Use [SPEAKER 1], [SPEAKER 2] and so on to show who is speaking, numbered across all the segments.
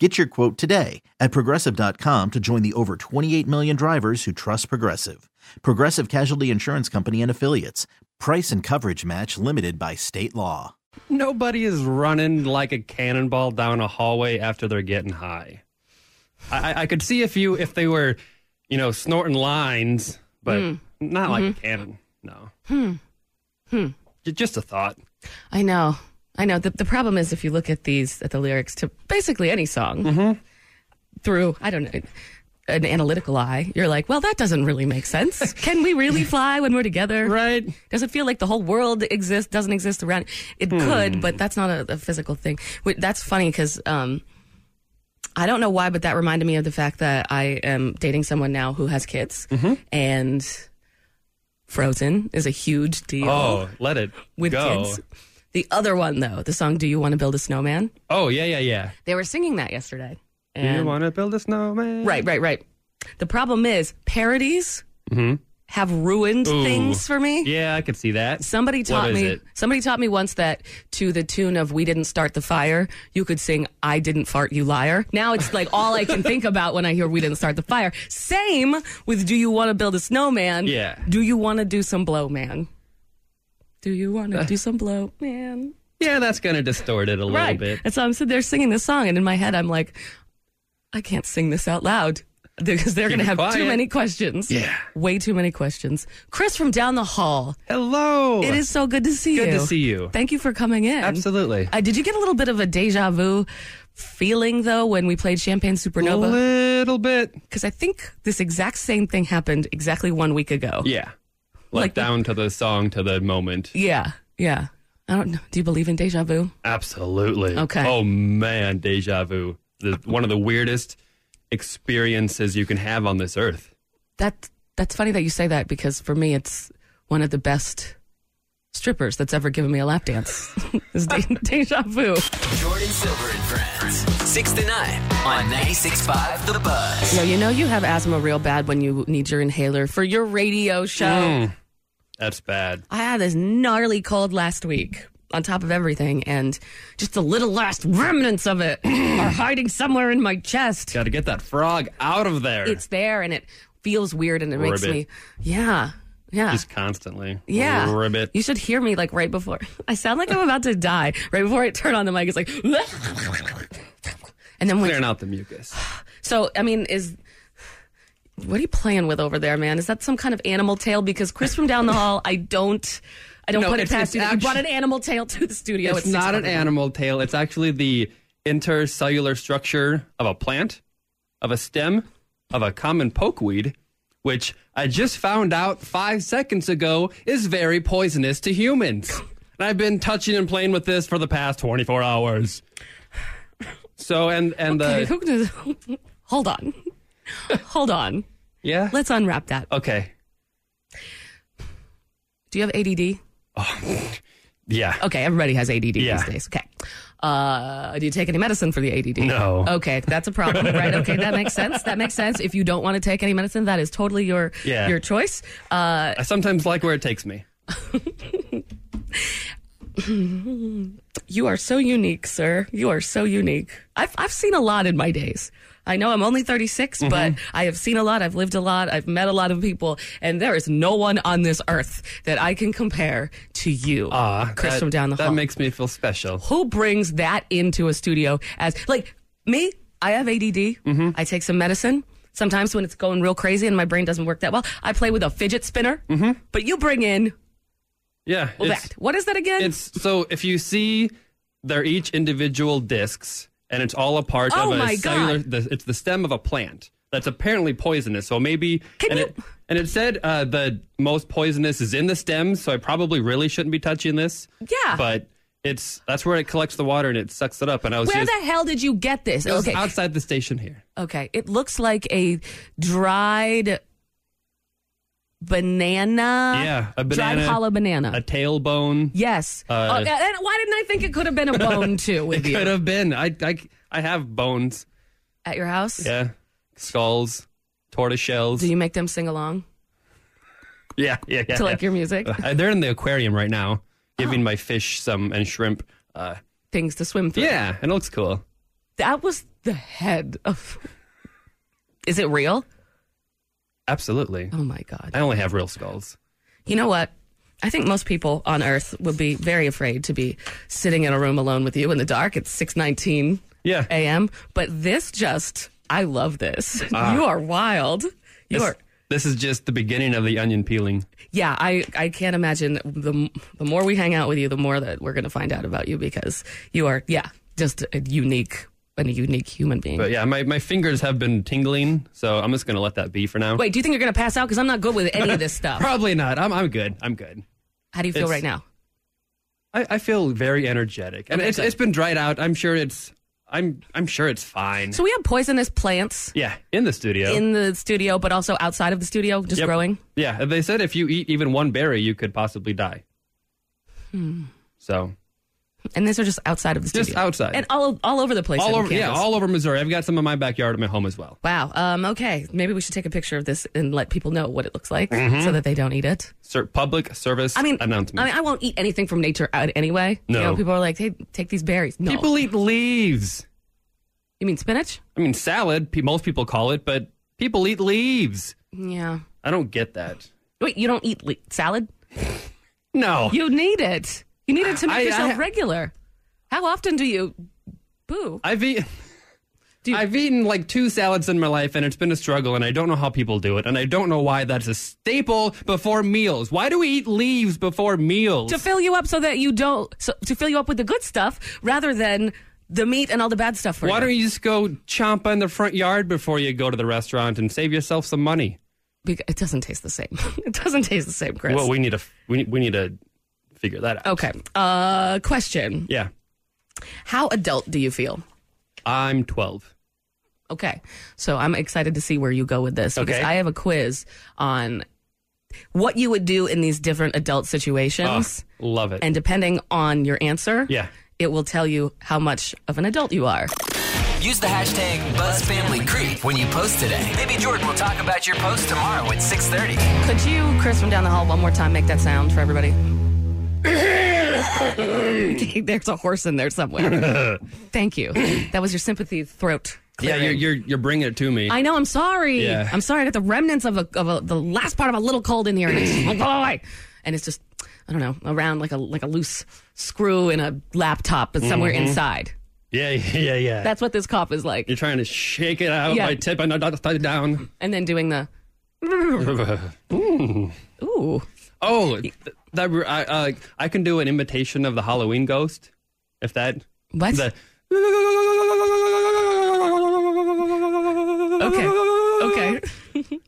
[SPEAKER 1] Get your quote today at progressive.com to join the over 28 million drivers who trust Progressive. Progressive Casualty Insurance Company and Affiliates. Price and coverage match limited by state law.
[SPEAKER 2] Nobody is running like a cannonball down a hallway after they're getting high. I, I- I could see if you if they were, you know, snorting lines, but
[SPEAKER 3] Hmm.
[SPEAKER 2] not like
[SPEAKER 3] Mm-hmm.
[SPEAKER 2] a cannon. No. Hmm. Hmm. Just a thought.
[SPEAKER 3] I know. I know. The, the problem is if you look at these, at the lyrics to basically any song
[SPEAKER 2] Mm-hmm.
[SPEAKER 3] through, I don't know, an analytical eye, you're like, well, that doesn't really make sense. Can we really fly when we're together?
[SPEAKER 2] Right.
[SPEAKER 3] Does it feel like the whole world exists, doesn't exist around? It
[SPEAKER 2] Hmm.
[SPEAKER 3] could, but that's not a, a physical thing. Wait, That's funny because um, I don't know why, but that reminded me of the fact that I am dating someone now who has kids
[SPEAKER 2] Mm-hmm.
[SPEAKER 3] and Frozen is a huge deal
[SPEAKER 2] Oh, let it
[SPEAKER 3] with
[SPEAKER 2] go.
[SPEAKER 3] kids. The other one, though, the song "Do You Want to Build a Snowman,"
[SPEAKER 2] Oh yeah yeah yeah.
[SPEAKER 3] they were singing that yesterday.
[SPEAKER 2] Do
[SPEAKER 3] And
[SPEAKER 2] you want to build a snowman?
[SPEAKER 3] right, right, right. The problem is parodies have ruined
[SPEAKER 2] Mm-hmm. Ooh.
[SPEAKER 3] things for me.
[SPEAKER 2] Yeah, I could see that.
[SPEAKER 3] Somebody taught
[SPEAKER 2] is
[SPEAKER 3] me.
[SPEAKER 2] it?
[SPEAKER 3] Somebody taught me once that to the tune of "We Didn't Start the Fire," you could sing "I Didn't Fart, You Liar." Now it's like all I can think about when I hear "We Didn't Start the Fire." Same with "Do You Want to Build a Snowman?"
[SPEAKER 2] Yeah.
[SPEAKER 3] Do you want to do some blow, man? Do you want to do some blow, man?
[SPEAKER 2] Yeah, that's gonna distort it a little
[SPEAKER 3] right.
[SPEAKER 2] bit.
[SPEAKER 3] And so I'm sitting there singing this song, and in my head, I'm like, I can't sing this out loud because they're going to
[SPEAKER 2] it
[SPEAKER 3] have too
[SPEAKER 2] quiet.
[SPEAKER 3] many questions.
[SPEAKER 2] Yeah.
[SPEAKER 3] Way too many questions. Chris from down the hall,
[SPEAKER 2] Hello.
[SPEAKER 3] it is so good to see you.
[SPEAKER 2] Good to see you.
[SPEAKER 3] Thank you for coming in.
[SPEAKER 2] Absolutely.
[SPEAKER 3] Uh, did you get a little bit of a deja vu feeling, though, when we played Champagne
[SPEAKER 2] A
[SPEAKER 3] Supernova?
[SPEAKER 2] little bit.
[SPEAKER 3] Because I think this exact same thing happened exactly one week ago.
[SPEAKER 2] Yeah.
[SPEAKER 3] Like
[SPEAKER 2] Like
[SPEAKER 3] the-
[SPEAKER 2] down to the song to the moment.
[SPEAKER 3] Yeah. yeah. I don't know. Do you believe in deja vu?
[SPEAKER 2] Absolutely.
[SPEAKER 3] Okay.
[SPEAKER 2] Oh man, deja vu. The, one of the weirdest experiences you can have on this earth.
[SPEAKER 3] That that's funny that you say that because for me it's one of the best strippers that's ever given me a lap dance. is de- deja vu.
[SPEAKER 4] Jordan Silver and Friends. 6 to 9 on 96.5 The Buzz.
[SPEAKER 3] No, you know you have asthma real bad when you need your inhaler for your radio show.
[SPEAKER 2] That's bad.
[SPEAKER 3] I had this gnarly cold last week on top of everything and just the little last remnants of it are hiding somewhere in my chest.
[SPEAKER 2] Got to get that frog out of there.
[SPEAKER 3] It's there and it feels weird and it makes
[SPEAKER 2] Ribbit.
[SPEAKER 3] me Yeah. Yeah.
[SPEAKER 2] just constantly.
[SPEAKER 3] Yeah.
[SPEAKER 2] Ribbit.
[SPEAKER 3] You should hear me like right before. I sound like I'm about to die. Right before I turn on the mic, it's like. And then when.
[SPEAKER 2] Clearing out the mucus.
[SPEAKER 3] So, I mean, is. What are you playing with over there, man? Is that some kind of animal tail? Because Chris from down the hall, I don't. I don't
[SPEAKER 2] No,
[SPEAKER 3] put it
[SPEAKER 2] it's-
[SPEAKER 3] past you.
[SPEAKER 2] it's
[SPEAKER 3] that you brought an
[SPEAKER 2] actu-
[SPEAKER 3] animal tail to the studio.
[SPEAKER 2] it's not an
[SPEAKER 3] 600.
[SPEAKER 2] animal tail. It's actually the intercellular structure of a plant, of a stem, of a common pokeweed, which I just found out five seconds ago is very poisonous to humans. And I've been touching and playing with this for the past 24 hours. So, and, and
[SPEAKER 3] Okay,
[SPEAKER 2] the,
[SPEAKER 3] who does- Hold on. Hold on.
[SPEAKER 2] yeah.
[SPEAKER 3] Let's unwrap that.
[SPEAKER 2] Okay.
[SPEAKER 3] Do you have ADD?
[SPEAKER 2] Yeah.
[SPEAKER 3] Okay, everybody has ADD
[SPEAKER 2] Yeah.
[SPEAKER 3] these days. Okay. Uh, do you take any medicine for the ADD?
[SPEAKER 2] No.
[SPEAKER 3] Okay, that's a problem, right? Okay, that makes sense. That makes sense. If you don't want to take any medicine, that is totally your
[SPEAKER 2] Yeah.
[SPEAKER 3] your choice. Uh,
[SPEAKER 2] I sometimes like where it takes me.
[SPEAKER 3] you are so unique, sir. You are so unique. I've I've seen a lot in my days. I know I'm only 36,
[SPEAKER 2] Mm-hmm.
[SPEAKER 3] but I have seen a lot. I've lived a lot. I've met a lot of people, and there is no one on this earth that I can compare to you,
[SPEAKER 2] Ah,
[SPEAKER 3] Chris
[SPEAKER 2] that-
[SPEAKER 3] from down the
[SPEAKER 2] that
[SPEAKER 3] hall.
[SPEAKER 2] makes me feel special.
[SPEAKER 3] who brings that into a studio as like me i have add
[SPEAKER 2] Mm-hmm.
[SPEAKER 3] i take some medicine sometimes when it's going real crazy and my brain doesn't work that well i play with a fidget spinner but you bring in
[SPEAKER 2] Yeah.
[SPEAKER 3] well,
[SPEAKER 2] Mm-hmm. it's-
[SPEAKER 3] that what is that again
[SPEAKER 2] It's so if you see they're each individual discs and it's all a part
[SPEAKER 3] Oh
[SPEAKER 2] of a
[SPEAKER 3] my
[SPEAKER 2] cellular
[SPEAKER 3] God.
[SPEAKER 2] the, it's the stem of a plant that's apparently poisonous. So maybe
[SPEAKER 3] Can
[SPEAKER 2] and
[SPEAKER 3] you-
[SPEAKER 2] it and it said uh, the most poisonous is in the stems, so I probably really shouldn't be touching this.
[SPEAKER 3] Yeah.
[SPEAKER 2] But it's that's where it collects the water and it sucks it up and I was
[SPEAKER 3] where
[SPEAKER 2] just
[SPEAKER 3] the hell did you get this
[SPEAKER 2] it was
[SPEAKER 3] okay
[SPEAKER 2] outside the station here.
[SPEAKER 3] okay it looks like a dried banana.
[SPEAKER 2] Yeah, a
[SPEAKER 3] Uh, Dried
[SPEAKER 2] banana,
[SPEAKER 3] hollow banana.
[SPEAKER 2] a uh, tailbone.
[SPEAKER 3] yes. oh, and why didn't I think it could have been a bone too with
[SPEAKER 2] Could
[SPEAKER 3] you
[SPEAKER 2] have been. I, I I have bones.
[SPEAKER 3] at your house?
[SPEAKER 2] Yeah, skulls, tortoise shells.
[SPEAKER 3] Do you make them sing along
[SPEAKER 2] yeah, yeah, yeah.
[SPEAKER 3] to like
[SPEAKER 2] yeah.
[SPEAKER 3] your music?
[SPEAKER 2] Uh, They're in the aquarium right now, giving my fish some and shrimp. Uh,
[SPEAKER 3] Things to swim through.
[SPEAKER 2] yeah, and it looks cool.
[SPEAKER 3] That was the head of. Is it real?
[SPEAKER 2] Absolutely.
[SPEAKER 3] Oh my god.
[SPEAKER 2] I only have real skulls.
[SPEAKER 3] You know what? I think most people on Earth would be very afraid to be sitting in a room alone with you in the dark at six nineteen
[SPEAKER 2] Yeah.
[SPEAKER 3] a.m. But this just, I love this. you are wild. You
[SPEAKER 2] This,
[SPEAKER 3] are.
[SPEAKER 2] this is just the beginning of the onion peeling.
[SPEAKER 3] Yeah, I, I can't imagine. The, m- the more we hang out with you, the more that we're going to find out about you because you are, yeah, just a unique and a unique human being.
[SPEAKER 2] But yeah, my, my fingers have been tingling, so I'm just gonna let that be for now.
[SPEAKER 3] Wait, do you think you're going to pass out? Because I'm not good with any of this stuff.
[SPEAKER 2] Probably not. I'm I'm good. I'm good.
[SPEAKER 3] How do you feel
[SPEAKER 2] It's-
[SPEAKER 3] right now?
[SPEAKER 2] I, I feel very energetic, and
[SPEAKER 3] Okay,
[SPEAKER 2] it's
[SPEAKER 3] good.
[SPEAKER 2] it's been dried out. I'm sure it's I'm I'm sure it's fine.
[SPEAKER 3] So we have poisonous plants
[SPEAKER 2] yeah, in the studio.
[SPEAKER 3] in the studio, but also outside of the studio, just
[SPEAKER 2] Yep.
[SPEAKER 3] growing.
[SPEAKER 2] Yeah, and they said if you eat even one berry, you could possibly die.
[SPEAKER 3] Hmm.
[SPEAKER 2] So
[SPEAKER 3] And these are just outside of the
[SPEAKER 2] Just
[SPEAKER 3] studio.
[SPEAKER 2] outside.
[SPEAKER 3] And all, all over the place.
[SPEAKER 2] all
[SPEAKER 3] in
[SPEAKER 2] over, yeah,
[SPEAKER 3] campus.
[SPEAKER 2] all over Missouri. I've got some in my backyard at my home as well.
[SPEAKER 3] Wow. Um, okay. Maybe we should take a picture of this and let people know what it looks like
[SPEAKER 2] Mm-hmm.
[SPEAKER 3] so that they don't eat it.
[SPEAKER 2] Sir, public service
[SPEAKER 3] I mean,
[SPEAKER 2] announcement.
[SPEAKER 3] I mean, I won't eat anything from nature out anyway.
[SPEAKER 2] No.
[SPEAKER 3] You know, people are like, hey, take these berries. No.
[SPEAKER 2] People eat leaves.
[SPEAKER 3] you mean spinach?
[SPEAKER 2] I mean, salad. Pe- most people call it, but people eat leaves.
[SPEAKER 3] Yeah.
[SPEAKER 2] I don't get that.
[SPEAKER 3] Wait, you don't eat le- salad?
[SPEAKER 2] No,
[SPEAKER 3] You need it. You need it to make
[SPEAKER 2] I-
[SPEAKER 3] yourself
[SPEAKER 2] I-
[SPEAKER 3] regular. How often do you boo?
[SPEAKER 2] I've eaten.
[SPEAKER 3] Dude.
[SPEAKER 2] I've eaten like two salads in my life, and it's been a struggle, and I don't know how people do it, and I don't know why that's a staple before meals. Why do we eat leaves before meals?
[SPEAKER 3] to fill you up so that you don't, so, to fill you up with the good stuff rather than the meat and all the bad stuff for
[SPEAKER 2] Why
[SPEAKER 3] you.
[SPEAKER 2] don't you just go chomp on the front yard before you go to the restaurant and save yourself some money?
[SPEAKER 3] Beca- it doesn't taste the same. it doesn't taste the same, Chris.
[SPEAKER 2] Well, we need to we need, we need to figure that out.
[SPEAKER 3] okay. Uh, question.
[SPEAKER 2] Yeah,
[SPEAKER 3] How adult do you feel?
[SPEAKER 2] I'm 12.
[SPEAKER 3] Okay. So I'm excited to see where you go with this because
[SPEAKER 2] Okay.
[SPEAKER 3] I have a quiz on what you would do in these different adult situations.
[SPEAKER 2] Ah, Love it.
[SPEAKER 3] And depending on your answer,
[SPEAKER 2] Yeah.
[SPEAKER 3] it will tell you how much of an adult you are.
[SPEAKER 4] Use the hashtag BuzzFamilyCreep when you post today. Maybe Jordan will talk about your post tomorrow at 6.30.
[SPEAKER 3] Could you, Chris from down the hall, one more time make that sound for everybody? There's a horse in there somewhere. Thank you. That was your sympathy throat.
[SPEAKER 2] yeah,
[SPEAKER 3] Clearing.
[SPEAKER 2] you're, you're you're bringing it to me.
[SPEAKER 3] I know. I'm sorry.
[SPEAKER 2] Yeah.
[SPEAKER 3] I'm sorry. I got the remnants of a, of a, the last part of a little cold in here, and it's oh, go away. And it's just I don't know around like a like a loose screw in a laptop, but somewhere
[SPEAKER 2] Mm-hmm.
[SPEAKER 3] inside.
[SPEAKER 2] yeah, yeah, yeah.
[SPEAKER 3] That's what this cough is like.
[SPEAKER 2] you're trying to shake it out
[SPEAKER 3] Yeah.
[SPEAKER 2] by tip and not tie it down.
[SPEAKER 3] And then doing the ooh.
[SPEAKER 2] oh, th- that re- I uh, I can do an imitation of the Halloween ghost, if that
[SPEAKER 3] What?
[SPEAKER 2] the.
[SPEAKER 3] Okay. Okay.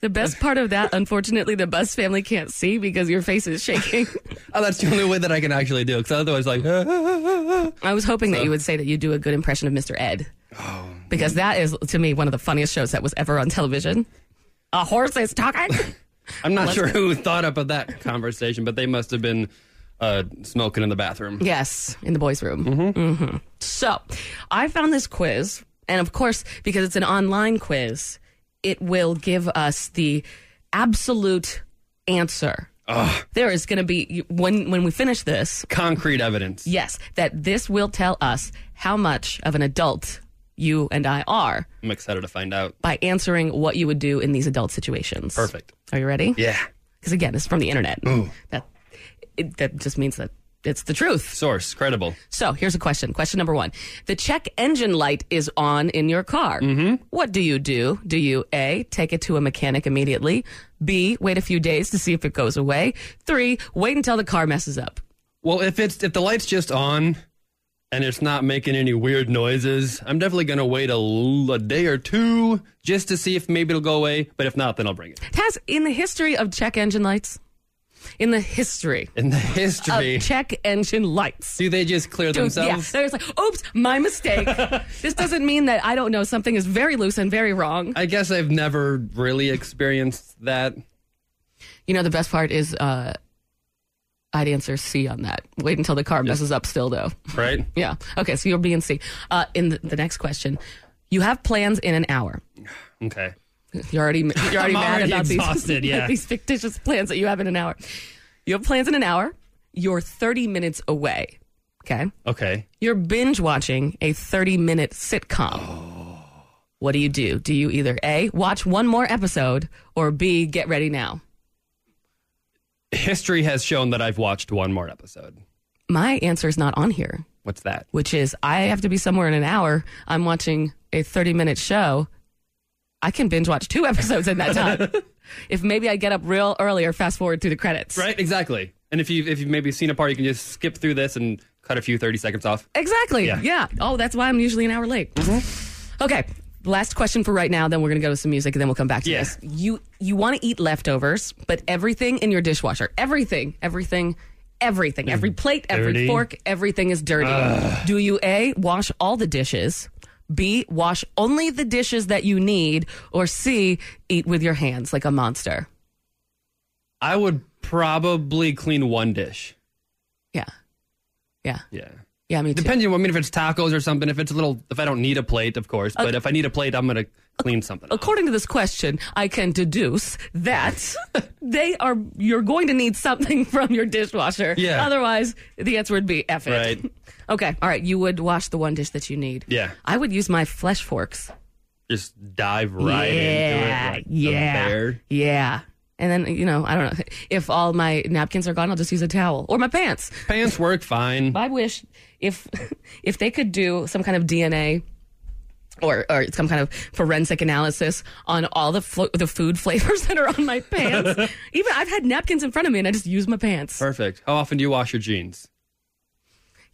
[SPEAKER 3] the best part of that, unfortunately, the Buzz family can't see because your face is shaking.
[SPEAKER 2] Oh, that's the only way that I can actually do it. Because otherwise, like,
[SPEAKER 3] I was hoping that you would say that you do a good impression of Mr. Ed. Because that is, to me, one of the funniest shows that was ever on television. A horse is talking?
[SPEAKER 2] I'm not sure who thought up of that conversation, but they must have been uh, smoking in the bathroom.
[SPEAKER 3] yes, in the boys' room. Mm-hmm. So I found this quiz. And of course, because it's an online quiz, it will give us the absolute answer. There is going to be, when, when we finish this,
[SPEAKER 2] Concrete evidence.
[SPEAKER 3] Yes, that this will tell us how much of an adult you and I are
[SPEAKER 2] I'm excited to find out.
[SPEAKER 3] by answering what you would do in these adult situations.
[SPEAKER 2] Perfect.
[SPEAKER 3] Are you ready?
[SPEAKER 2] Yeah.
[SPEAKER 3] Because again, it's from the internet. That it, that just means that it's the truth.
[SPEAKER 2] Source credible.
[SPEAKER 3] So here's a question. Question number one: The check engine light is on in your car. Mm-hmm. What do you do? Do you a take it to a mechanic immediately? B wait a few days to see if it goes away. Three wait until the car messes up.
[SPEAKER 2] Well, if it's if the light's just on and it's not making any weird noises, I'm definitely gonna wait a, l- a day or two just to see if maybe it'll go away. But if not, then I'll bring it.
[SPEAKER 3] Has in the history of check engine lights, in the history
[SPEAKER 2] In the
[SPEAKER 3] of
[SPEAKER 2] history,
[SPEAKER 3] check engine lights.
[SPEAKER 2] do they just clear
[SPEAKER 3] Dude, yeah,
[SPEAKER 2] themselves?
[SPEAKER 3] they're just like, oops, my mistake. this doesn't mean that I don't know something is very loose and very wrong.
[SPEAKER 2] I guess I've never really experienced that.
[SPEAKER 3] You know, the best part is uh, I'd answer C on that. Wait until the car messes up still, though.
[SPEAKER 2] right?
[SPEAKER 3] Yeah. Okay, so you'll be in C. Uh, in the, the next question, you have plans in an hour.
[SPEAKER 2] Okay.
[SPEAKER 3] You're already you're already
[SPEAKER 2] I'm
[SPEAKER 3] mad
[SPEAKER 2] already
[SPEAKER 3] about
[SPEAKER 2] exhausted,
[SPEAKER 3] these
[SPEAKER 2] yeah.
[SPEAKER 3] these fictitious plans that you have in an hour. You have plans in an hour. You're 30 minutes away. Okay.
[SPEAKER 2] Okay.
[SPEAKER 3] You're binge watching a 30 minute sitcom.
[SPEAKER 2] Oh.
[SPEAKER 3] What do you do? Do you either A, watch one more episode, or B, get ready now?
[SPEAKER 2] History has shown that I've watched one more episode.
[SPEAKER 3] My answer is not on here,
[SPEAKER 2] What's that?
[SPEAKER 3] which is I have to be somewhere in an hour. I'm watching a 30 minute show. I can binge watch two episodes in that time. if maybe I get up real early or fast forward through the credits.
[SPEAKER 2] Right? Exactly. And if you've, if you've maybe seen a part, you can just skip through this and cut a few 30 seconds off.
[SPEAKER 3] Exactly.
[SPEAKER 2] Yeah. Mm-hmm.
[SPEAKER 3] Yeah. Oh, that's why I'm usually an hour late. Okay. Last question for right now, then we're gonna go to some music and then we'll come back to
[SPEAKER 2] Yeah.
[SPEAKER 3] this. You you wanna eat leftovers, but everything in your dishwasher. Everything, everything, everything. Every plate,
[SPEAKER 2] Mm. dirty.
[SPEAKER 3] every fork, everything is dirty. Do you A wash all the dishes? B wash only the dishes that you need, or C eat with your hands like a monster.
[SPEAKER 2] I would probably clean one dish.
[SPEAKER 3] Yeah. Yeah.
[SPEAKER 2] Yeah.
[SPEAKER 3] Yeah, me too.
[SPEAKER 2] Depending, I mean, if it's tacos or something, if it's a little, if I don't need a plate, of course, but if I need a plate, I'm going to clean something. up.
[SPEAKER 3] according to this question, I can deduce that they are you're going to need something from your dishwasher.
[SPEAKER 2] Yeah.
[SPEAKER 3] Otherwise, the answer would be F it.
[SPEAKER 2] Right.
[SPEAKER 3] Okay. All right. You would wash the one dish that you need.
[SPEAKER 2] Yeah.
[SPEAKER 3] I would use my flesh forks.
[SPEAKER 2] Just dive right into it.
[SPEAKER 3] yeah.
[SPEAKER 2] like,
[SPEAKER 3] yeah.
[SPEAKER 2] the bear.
[SPEAKER 3] Yeah. And then you know I don't know if all my napkins are gone, I'll just use a towel or my pants.
[SPEAKER 2] Pants work fine.
[SPEAKER 3] I wish if if they could do some kind of DNA or or some kind of forensic analysis on all the flo- the food flavors that are on my pants. Even I've had napkins in front of me and I just use my pants.
[SPEAKER 2] Perfect. How often do you wash your jeans?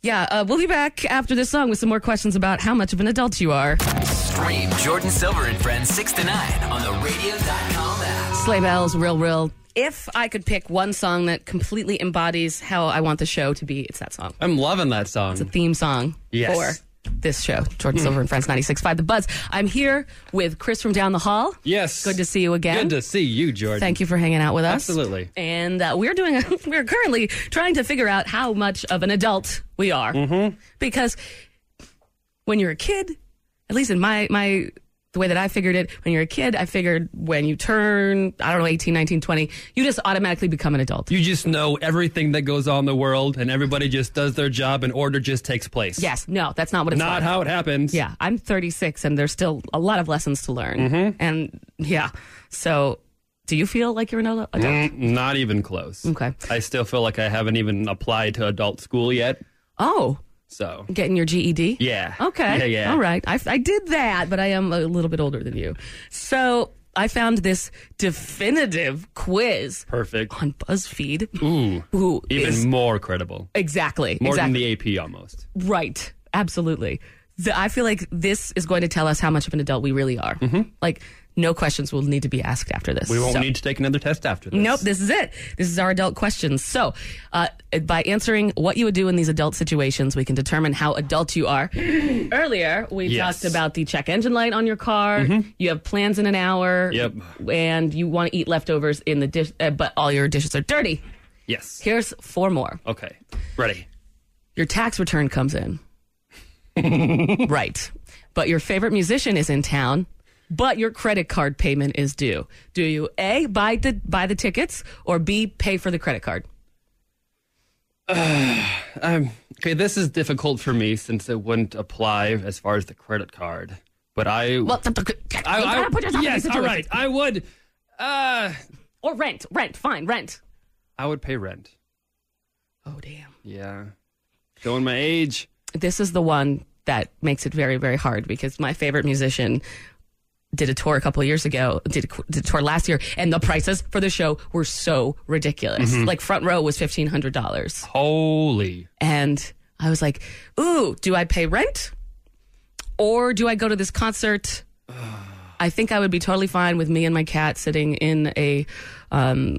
[SPEAKER 3] Yeah, uh, we'll be back after this song with some more questions about how much of an adult you are.
[SPEAKER 4] Stream Jordan Silver and Friends 6 to 9 on the radio.com app.
[SPEAKER 3] Sleigh bells, real real. If I could pick one song that completely embodies how I want the show to be, it's that song.
[SPEAKER 2] I'm loving that song.
[SPEAKER 3] theme song
[SPEAKER 2] Yes.
[SPEAKER 3] for this show, Jordan Silver and Friends 96.5 The Buzz. I'm here with Chris from down the hall.
[SPEAKER 2] yes.
[SPEAKER 3] Good to see you again.
[SPEAKER 2] Good to see you, Jordan.
[SPEAKER 3] Thank you for hanging out with us.
[SPEAKER 2] Absolutely.
[SPEAKER 3] And uh, we're doing. A, we're currently trying to figure out how much of an adult we are, mm-hmm. because when you're a kid, at least in my my the way that I figured it, when you're a kid, I figured when you turn I don't know 18, 19, 20, you just automatically become an adult.
[SPEAKER 2] You just know everything that goes on in the world, and everybody just does their job, and order just takes place.
[SPEAKER 3] yes. No, that's not what it's
[SPEAKER 2] Not
[SPEAKER 3] like.
[SPEAKER 2] how it happens.
[SPEAKER 3] Yeah, I'm 36, and there's still a lot of lessons to learn.
[SPEAKER 2] Mm-hmm.
[SPEAKER 3] And yeah, so do you feel like you're an adult?
[SPEAKER 2] Mm, Not even close.
[SPEAKER 3] Okay.
[SPEAKER 2] I still feel like I haven't even applied to adult school yet.
[SPEAKER 3] Oh,
[SPEAKER 2] So,
[SPEAKER 3] getting your E GED?
[SPEAKER 2] yeah.
[SPEAKER 3] Okay.
[SPEAKER 2] Yeah, yeah.
[SPEAKER 3] All right. I, I did that, but I am a little bit older than you. So I found this definitive quiz
[SPEAKER 2] Perfect.
[SPEAKER 3] on BuzzFeed. Ooh. Who
[SPEAKER 2] Even
[SPEAKER 3] is-
[SPEAKER 2] more credible.
[SPEAKER 3] exactly
[SPEAKER 2] More
[SPEAKER 3] exactly
[SPEAKER 2] than the AP almost.
[SPEAKER 3] right? Absolutely. The, I feel like this is going to tell us how much of an adult we really are. Like no questions will need to be asked after this.
[SPEAKER 2] Mm-hmm. We won't
[SPEAKER 3] So-
[SPEAKER 2] need to take another test after this.
[SPEAKER 3] Nope, this is it. This is our adult questions. So, uh, by answering what you would do in these adult situations, we can determine how adult you are. Earlier, we
[SPEAKER 2] Yes. Mm-hmm.
[SPEAKER 3] talked about the check engine light on your car. You have plans in an hour.
[SPEAKER 2] Yep.
[SPEAKER 3] And you want to eat leftovers in the dish, uh, but all your dishes are dirty.
[SPEAKER 2] Yes.
[SPEAKER 3] Here's four more.
[SPEAKER 2] Okay. Ready.
[SPEAKER 3] Your tax return comes in. right. But your favorite musician is in town, but your credit card payment is due. Do you A buy the buy the tickets or B pay for the credit card?
[SPEAKER 2] Um, okay, this is difficult for me since it wouldn't apply as far as the credit card. But I,
[SPEAKER 3] Well, t- t-
[SPEAKER 2] I,
[SPEAKER 3] you gotta
[SPEAKER 2] I-
[SPEAKER 3] put yourself in
[SPEAKER 2] yes,
[SPEAKER 3] these
[SPEAKER 2] all
[SPEAKER 3] situations.
[SPEAKER 2] right, I would, uh,
[SPEAKER 3] Or rent, rent, fine, rent.
[SPEAKER 2] I would pay rent.
[SPEAKER 3] Oh damn.
[SPEAKER 2] Yeah, showing my age.
[SPEAKER 3] This is the one that makes it very very hard because my favorite musician did a tour a couple of years ago, did a, qu- did a tour last year, and the prices for the show were so ridiculous.
[SPEAKER 2] Mm-hmm.
[SPEAKER 3] Like front row was fifteen hundred dollars.
[SPEAKER 2] Holy,
[SPEAKER 3] and I was like, "Ooh, do I pay rent or do I go to this concert?" I think I would be totally fine with me and my cat sitting in a um,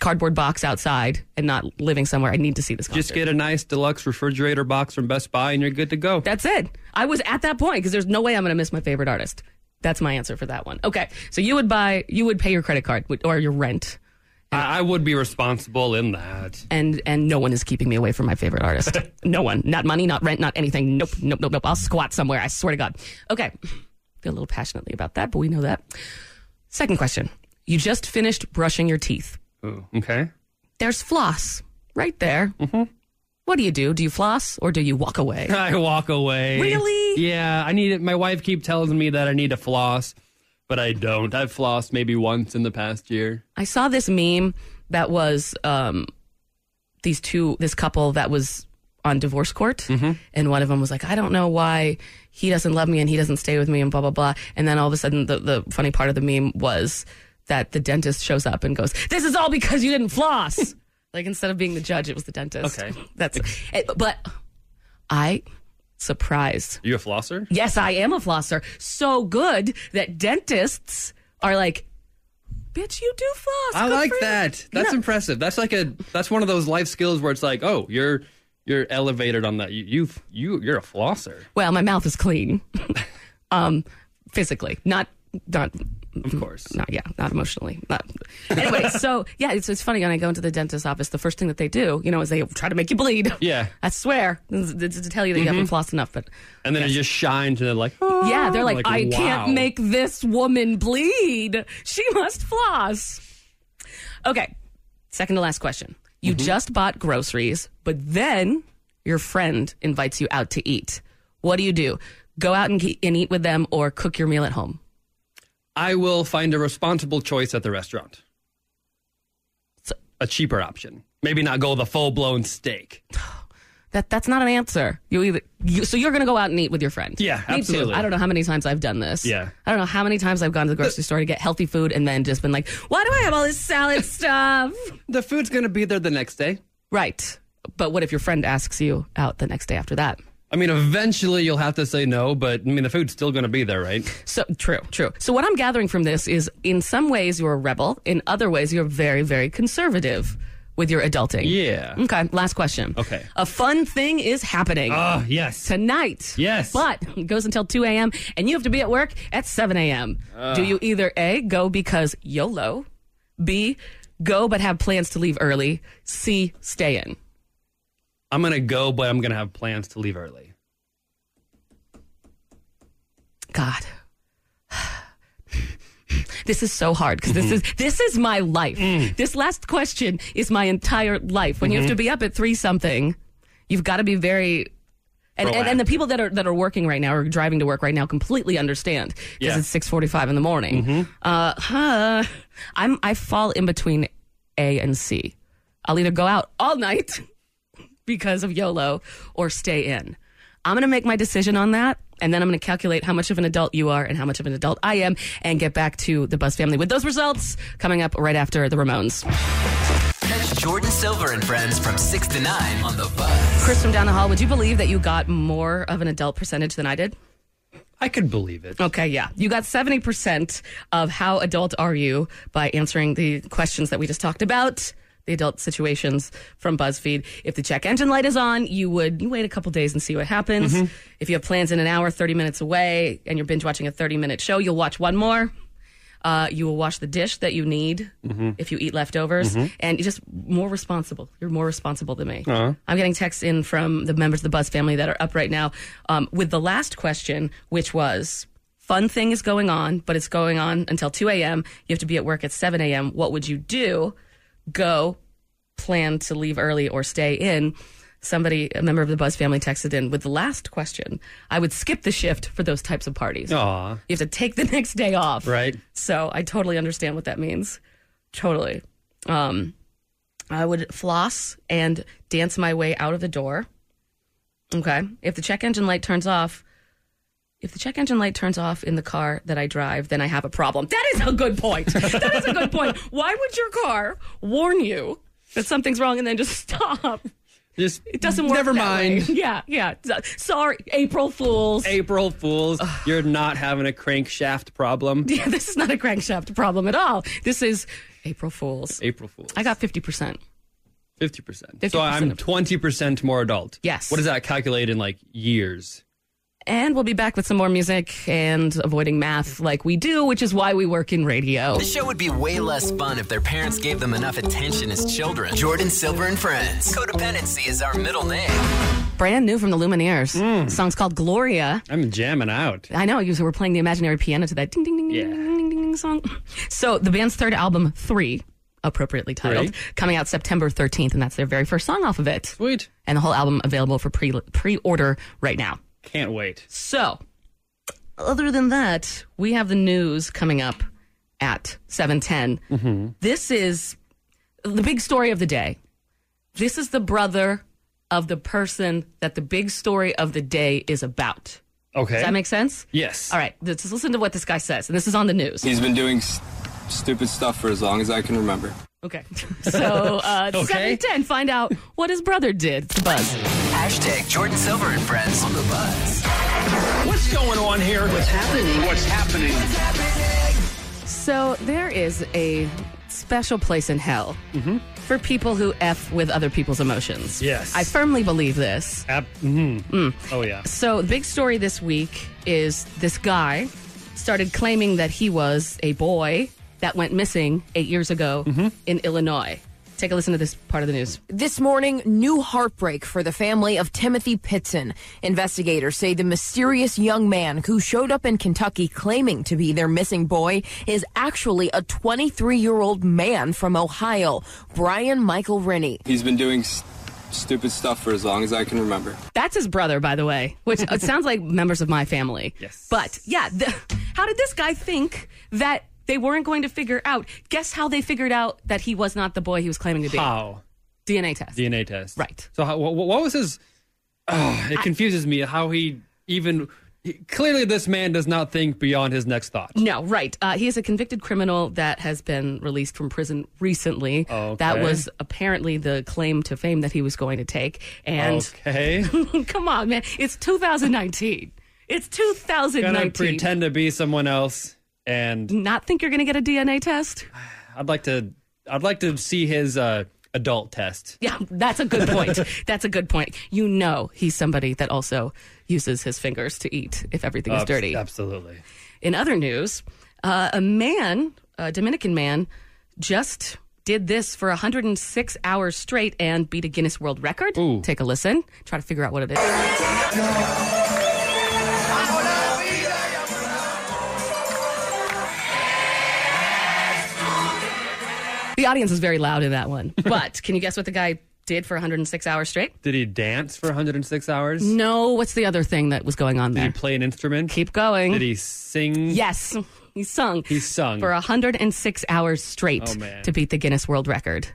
[SPEAKER 3] cardboard box outside and not living somewhere. I need to see this concert.
[SPEAKER 2] just get a nice deluxe refrigerator box from Best Buy, and you're good to go.
[SPEAKER 3] That's it. I was at that point because there's no way I'm going to miss my favorite artist. That's my answer for that one. Okay, so you would buy, you would pay your credit card with- or your rent,
[SPEAKER 2] I, I would be responsible in that.
[SPEAKER 3] and and no one is keeping me away from my favorite artist. no one, not money, not rent, not anything. Nope, nope, nope, nope. I'll squat somewhere. I swear to God. Okay, feel a little passionately about that, but we know that. Second question: You just finished brushing your teeth.
[SPEAKER 2] Ooh, okay.
[SPEAKER 3] There's floss right there. Mm-hmm. What do you do? Do you floss or do you walk away?
[SPEAKER 2] I walk away.
[SPEAKER 3] Really?
[SPEAKER 2] Yeah, I need it. My wife keep telling me that I need to floss, but I don't. I've flossed maybe once in the past year.
[SPEAKER 3] I saw this meme that was um, these two, this couple that was on divorce court, and one of them was like, "I don't know why he doesn't love me and he doesn't stay with me," and blah blah blah. And then all of a sudden, the the funny part of the meme was that the dentist shows up and goes, "This is all because you didn't floss." like instead of being the judge, it was the dentist.
[SPEAKER 2] Okay.
[SPEAKER 3] that's. eh, But I surprised
[SPEAKER 2] You a flosser?
[SPEAKER 3] yes, I am a flosser. So good that dentists are like, bitch, you do floss.
[SPEAKER 2] I
[SPEAKER 3] Good
[SPEAKER 2] like
[SPEAKER 3] for you."
[SPEAKER 2] that. That's impressive. That's like a that's one of those life skills where it's like, oh, you're you're elevated on that. You you you you're a flosser.
[SPEAKER 3] Well, my mouth is clean, um, physically, not not
[SPEAKER 2] Of course.
[SPEAKER 3] not yeah, not emotionally. Not. Anyway, so yeah, it's it's funny when I go into the dentist's office. The first thing that they do, you know, is they try to make you bleed.
[SPEAKER 2] Yeah. Mm-hmm.
[SPEAKER 3] I swear This is- this is to tell you that you haven't flossed enough, but
[SPEAKER 2] And then it just shines and they're like, oh.
[SPEAKER 3] yeah, they're like,
[SPEAKER 2] Like,
[SPEAKER 3] I can't
[SPEAKER 2] wow.
[SPEAKER 3] make this woman bleed. She must floss. Okay, second to last question. You
[SPEAKER 2] Mm-hmm.
[SPEAKER 3] just bought groceries, but then your friend invites you out to eat. What do you do? Go out and, ge- and eat with them or cook your meal at home?
[SPEAKER 2] I will find a responsible choice at the restaurant.
[SPEAKER 3] So-
[SPEAKER 2] A cheaper option. Maybe not go the full blown steak.
[SPEAKER 3] That that's not an answer. You either you, so you're going to go out and eat with your friend.
[SPEAKER 2] Yeah,
[SPEAKER 3] Me
[SPEAKER 2] absolutely.
[SPEAKER 3] Too. I don't know how many times I've done this.
[SPEAKER 2] Yeah.
[SPEAKER 3] I don't know how many times I've gone to the grocery store to get healthy food and then just been like, why do I have all this salad stuff?
[SPEAKER 2] The food's gonna be there the next day.
[SPEAKER 3] Right. But what if your friend asks you out the next day after that?
[SPEAKER 2] I mean, eventually you'll have to say no, but I mean, the food's still going to be there, right?
[SPEAKER 3] So true, true. So what I'm gathering from this is in some ways you're a rebel, in other ways you're very, very conservative with your adulting.
[SPEAKER 2] Yeah.
[SPEAKER 3] Okay, last question.
[SPEAKER 2] Okay.
[SPEAKER 3] A fun thing is happening.
[SPEAKER 2] Ah, yes.
[SPEAKER 3] Tonight.
[SPEAKER 2] Yes.
[SPEAKER 3] But it goes until 2 a.m., and you have to be at work at 7 a.m.
[SPEAKER 2] Uh.
[SPEAKER 3] Do you either A, go because YOLO, B, go but have plans to leave early, C, stay in?
[SPEAKER 2] I'm going to go, but I'm going to have plans to leave early.
[SPEAKER 3] God. This is so hard because this is this is my life. This last question is my entire life. When you have to be up at three something, you've got to be very and, and, and the
[SPEAKER 2] Proactive.
[SPEAKER 3] people that are that are working right now or driving to work right now completely understand because
[SPEAKER 2] Yeah.
[SPEAKER 3] it's six forty five in the morning. Uh, huh. I'm I fall in between A and C. I'll either go out all night because of YOLO or stay in. I'm going to make my decision on that. And then I'm going to calculate how much of an adult you are and how much of an adult I am and get back to the Buzz family with those results coming up right after the Ramones.
[SPEAKER 4] Catch Jordan Silver and friends from 6 to 9 on The Buzz.
[SPEAKER 3] Chris from down the hall, would you believe that you got more of an adult percentage than I did?
[SPEAKER 2] I could believe it.
[SPEAKER 3] Okay, yeah. You got 70% of how adult are you by answering the questions that we just talked about, the adult situations from BuzzFeed. If the check engine light is on, you would you wait a couple days and see what happens. If you have plans in an hour, 30 minutes away, and you're binge watching a 30 minute show, you'll watch one more. Uh, you will wash the dish that you need if you eat leftovers, and you're just more responsible. You're more responsible than me. I'm getting texts in from the members of the Buzz family that are up right now um, with the last question, which was fun thing is going on, but it's going on until 2 a.m. You have to be at work at 7 a.m. What would you do? Go, plan to leave early or stay in. Somebody, a member of the Buzz family, texted in with the last question. I would skip the shift for those types of parties.
[SPEAKER 2] Aw.
[SPEAKER 3] You have to take the next day off.
[SPEAKER 2] Right.
[SPEAKER 3] So I totally understand what that means. Totally. Um, I would floss and dance my way out of the door. Okay. If the check engine light turns off, if the check engine light turns off in the car that I drive, then I have a problem. That is a good point. that is a good point. Why would your car warn you that something's wrong and then just stop?
[SPEAKER 2] Just
[SPEAKER 3] It doesn't work.
[SPEAKER 2] Never
[SPEAKER 3] that
[SPEAKER 2] mind.
[SPEAKER 3] way. Yeah, yeah. Sorry, April Fools.
[SPEAKER 2] April Fools, you're not having a crankshaft problem.
[SPEAKER 3] Yeah, this is not a crankshaft problem at all. This is April Fool's.
[SPEAKER 2] April Fools.
[SPEAKER 3] I got 50%.
[SPEAKER 2] 50%. So
[SPEAKER 3] 50%
[SPEAKER 2] I'm
[SPEAKER 3] of-
[SPEAKER 2] 20% more adult.
[SPEAKER 3] Yes.
[SPEAKER 2] What does that calculate in like years?
[SPEAKER 3] And we'll be back with some more music and avoiding math like we do, which is why we work in radio.
[SPEAKER 4] The show would be way less fun if their parents gave them enough attention as children. Jordan Silver and Friends. Codependency is our middle name.
[SPEAKER 3] Brand new from the Lumineers.
[SPEAKER 2] Hmm.
[SPEAKER 3] song's called Gloria.
[SPEAKER 2] I'm jamming out.
[SPEAKER 3] I know, you were playing the imaginary piano to that ding ding ding ding
[SPEAKER 2] Yeah.
[SPEAKER 3] ding ding ding ding song. So the band's third album, Three, appropriately titled,
[SPEAKER 2] Three.
[SPEAKER 3] coming out September 13th, and that's their very first song off of it.
[SPEAKER 2] Sweet.
[SPEAKER 3] And the whole album available for pre pre order right now.
[SPEAKER 2] Can't wait.
[SPEAKER 3] So, other than that, we have the news coming up at 7:10.
[SPEAKER 2] Mm-hmm.
[SPEAKER 3] This is the big story of the day. This is the brother of the person that the big story of the day is about.
[SPEAKER 2] Okay.
[SPEAKER 3] Does that make sense?
[SPEAKER 2] Yes.
[SPEAKER 3] All right, let's listen to what this guy says. And this is on the news.
[SPEAKER 5] He's been doing st- stupid stuff for as long as I can remember.
[SPEAKER 3] Okay. So, uh, it's
[SPEAKER 2] Okay.
[SPEAKER 3] 7:10, find out what his brother did. It's the buzz.
[SPEAKER 4] Hashtag Jordan Silver and Friends on the bus.
[SPEAKER 6] What's going on here? What's happening? What's happening?
[SPEAKER 3] So there is a special place in hell for people who f with other people's emotions.
[SPEAKER 2] Mm-hmm. Yes.
[SPEAKER 3] I firmly believe this.
[SPEAKER 2] App- mhm.
[SPEAKER 3] Mm.
[SPEAKER 2] Oh yeah.
[SPEAKER 3] So the big story this week is this guy started claiming that he was a boy that went missing eight years ago
[SPEAKER 2] Mm-hmm.
[SPEAKER 3] in Illinois. Take a listen to this part of the news.
[SPEAKER 7] This morning, new heartbreak for the family of Timothy Pitson. Investigators say the mysterious young man who showed up in Kentucky claiming to be their missing boy is actually a 23 year old man from Ohio, Brian Michael Rennie.
[SPEAKER 5] He's been doing st- stupid stuff for as long as I can remember.
[SPEAKER 3] That's his brother, by the way, which it sounds like members of my family.
[SPEAKER 2] Yes.
[SPEAKER 3] But yeah, the, how did this guy think that they weren't going to figure out? Guess how they figured out that he was not the boy he was claiming to be?
[SPEAKER 2] How
[SPEAKER 3] DNA test.
[SPEAKER 2] DNA test.
[SPEAKER 3] Right.
[SPEAKER 2] So how, what, what was his? Oh, it confuses me how he even. he- clearly, this man does not think beyond his next thought.
[SPEAKER 3] No, right. Uh, he is a convicted criminal that has been released from prison recently.
[SPEAKER 2] Okay.
[SPEAKER 3] That was apparently the claim to fame that he was going to take. And
[SPEAKER 2] Okay.
[SPEAKER 3] come on, man, it's 2019. It's
[SPEAKER 2] Gonna
[SPEAKER 3] 2019.
[SPEAKER 2] pretend to be someone else, and
[SPEAKER 3] Not think you're going to get a DNA test?
[SPEAKER 2] I'd like to. I'd like to see his uh, adult test.
[SPEAKER 3] Yeah, that's a good point. that's a good point. You know, he's somebody that also uses his fingers to eat if everything is
[SPEAKER 2] Abs-
[SPEAKER 3] dirty.
[SPEAKER 2] Absolutely.
[SPEAKER 3] In other news, uh, a man, a Dominican man, just did this for 106 hours straight and beat a Guinness World Record. Take a listen. Try to figure out what it is. The audience is very loud in that one. But can you guess what the guy did for 106 hours straight?
[SPEAKER 2] Did he dance for 106 hours?
[SPEAKER 3] No. What's the other thing that was going on
[SPEAKER 2] Did he
[SPEAKER 3] there?
[SPEAKER 2] play an instrument?
[SPEAKER 3] Keep going.
[SPEAKER 2] Did he sing?
[SPEAKER 3] Yes, he sung.
[SPEAKER 2] He sung.
[SPEAKER 3] for 106 hours straight
[SPEAKER 2] Oh, man.
[SPEAKER 3] to beat the Guinness World Record.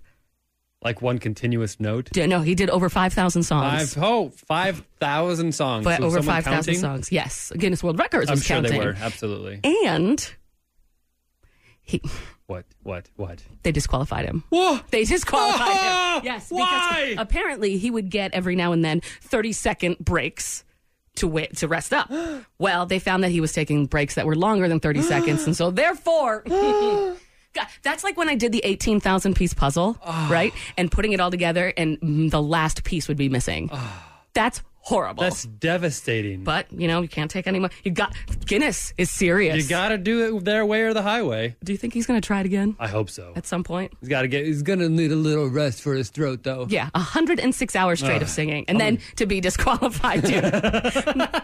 [SPEAKER 2] Like one continuous note.
[SPEAKER 3] D- No, he did over 5,000 songs.
[SPEAKER 2] Five oh five thousand songs.
[SPEAKER 3] but
[SPEAKER 2] Was
[SPEAKER 3] over
[SPEAKER 2] someone
[SPEAKER 3] 5,000
[SPEAKER 2] counting?
[SPEAKER 3] songs. Yes, Guinness World Records
[SPEAKER 2] I'm
[SPEAKER 3] was
[SPEAKER 2] sure
[SPEAKER 3] counting.
[SPEAKER 2] they were absolutely.
[SPEAKER 3] And he,
[SPEAKER 2] What? What? What?
[SPEAKER 3] they disqualified him.
[SPEAKER 2] Whoa!
[SPEAKER 3] They disqualified
[SPEAKER 2] Ah!
[SPEAKER 3] him. Yes,
[SPEAKER 2] Why?
[SPEAKER 3] because apparently he would get every now and then 30 second breaks to wait to rest up. well, they found that he was taking breaks that were longer than 30 seconds and so therefore God, that's like when I did the 18,000 piece puzzle,
[SPEAKER 2] Ah.
[SPEAKER 3] right? And putting it all together and mm, the last piece would be missing. that's horrible.
[SPEAKER 2] Ah. That's devastating.
[SPEAKER 3] but, you know, you can't take any more. You got Guinness is serious.
[SPEAKER 2] you gotta do it their way or the highway.
[SPEAKER 3] Do you think he's going to try it again
[SPEAKER 2] I hope so.
[SPEAKER 3] at some point?
[SPEAKER 2] He's gotta get. He's gonna need a little rest for his throat, though.
[SPEAKER 3] Yeah, 106 hours straight of singing, and then to be disqualified, dude.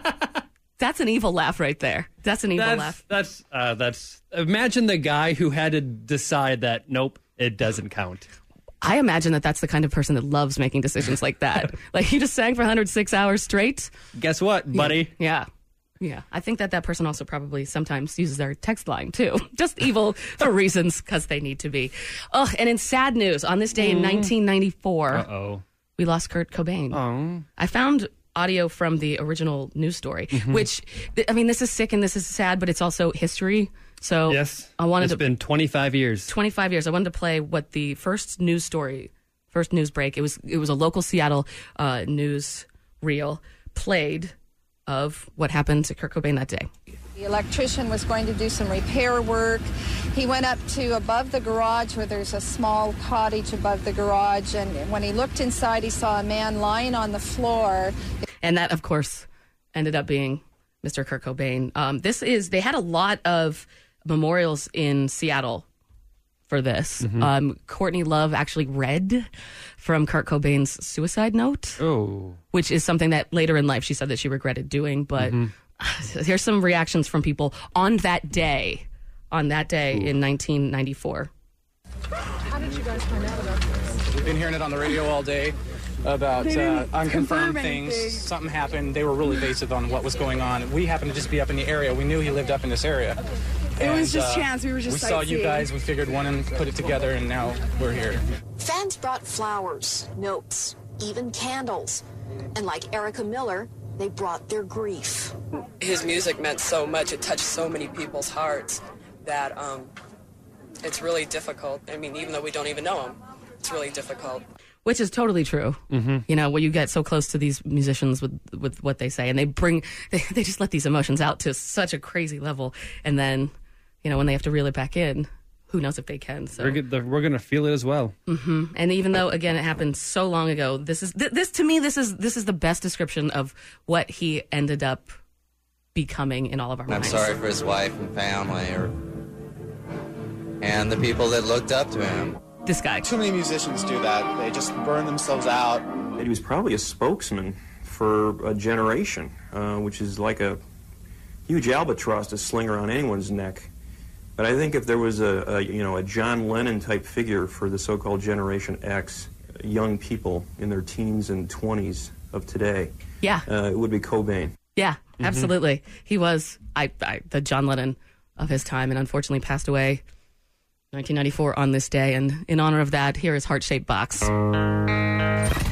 [SPEAKER 3] That's an evil laugh right there. That's an evil
[SPEAKER 2] That's
[SPEAKER 3] laugh.
[SPEAKER 2] that's uh, that's. Imagine the guy who had to decide that. Nope, it doesn't count.
[SPEAKER 3] I imagine that that's the kind of person that loves making decisions like that. like you just sang for 106 hours straight.
[SPEAKER 2] Guess what, buddy?
[SPEAKER 3] Yeah. Yeah. I think that that person also probably sometimes uses their text line too. Just evil for reasons because they need to be. Ugh, and in sad news, on this day in 1994,
[SPEAKER 2] Oh,
[SPEAKER 3] we lost Kurt Cobain. I found audio from the original news story,
[SPEAKER 2] Mm-hmm.
[SPEAKER 3] which th- I mean, this is sick and this is sad, but it's also history. So
[SPEAKER 2] yes.
[SPEAKER 3] I wanted
[SPEAKER 2] It's
[SPEAKER 3] to
[SPEAKER 2] been 25 years.
[SPEAKER 3] 25 years. I wanted to play what the first news story, first news break. It was it was a local Seattle uh, news reel played of what happened to Kurt Cobain that day.
[SPEAKER 8] The electrician was going to do some repair work. He went up to above the garage where there's a small cottage above the garage. And when he looked inside, he saw a man lying on the floor.
[SPEAKER 3] And that, of course, ended up being Mr. Kurt Cobain. Um, this is they had a lot of memorials in Seattle for this. Um, Courtney Love actually read from Kurt Cobain's suicide note,
[SPEAKER 2] Oh.
[SPEAKER 3] which is something that later in life she said that she regretted doing. But here's some reactions from people on that day, on that day in 1994.
[SPEAKER 9] Been hearing it on the radio all day about uh, unconfirmed things. Something happened. They were really evasive on what was going on. We happened to just be up in the area. We knew he lived up in this area. It
[SPEAKER 10] was just chance. We were just
[SPEAKER 9] Uh, We saw you
[SPEAKER 10] sightseeing.
[SPEAKER 9] guys. We figured one and put it together, and now we're here.
[SPEAKER 10] Fans brought flowers, notes, even candles. And like Erica Miller, they brought their grief.
[SPEAKER 11] his music meant so much. It touched so many people's hearts that um, it's really difficult. I mean, even though we don't even know him, it's really difficult.
[SPEAKER 3] which is totally true.
[SPEAKER 12] Mm-hmm.
[SPEAKER 3] You know, when you get so close to these musicians with with what they say, and they bring they, they just let these emotions out to such a crazy level, and then you know when they have to reel it back in, who knows if they can? So,
[SPEAKER 2] We're, get the, we're gonna feel it as well.
[SPEAKER 3] Hmm. and even though again it happened so long ago, this is th- this to me this is this is the best description of what he ended up becoming in all of our
[SPEAKER 12] I'm
[SPEAKER 3] minds.
[SPEAKER 12] sorry for his wife and family or, and the people that looked up to him.
[SPEAKER 3] This guy.
[SPEAKER 13] Too many musicians do that. They just burn themselves out.
[SPEAKER 14] that he was probably a spokesman for a generation, uh, which is like a huge albatross to sling around anyone's neck. But I think if there was a, a you know a John Lennon type figure for the so-called Generation X, young people in their teens and twenties of today,
[SPEAKER 3] Yeah.
[SPEAKER 14] uh, it would be Cobain.
[SPEAKER 3] Yeah,
[SPEAKER 14] Mhm.
[SPEAKER 3] absolutely. He was I, I the John Lennon of his time, and unfortunately passed away. 1994 on this day, and in honor of that, here is Heart Shaped Box.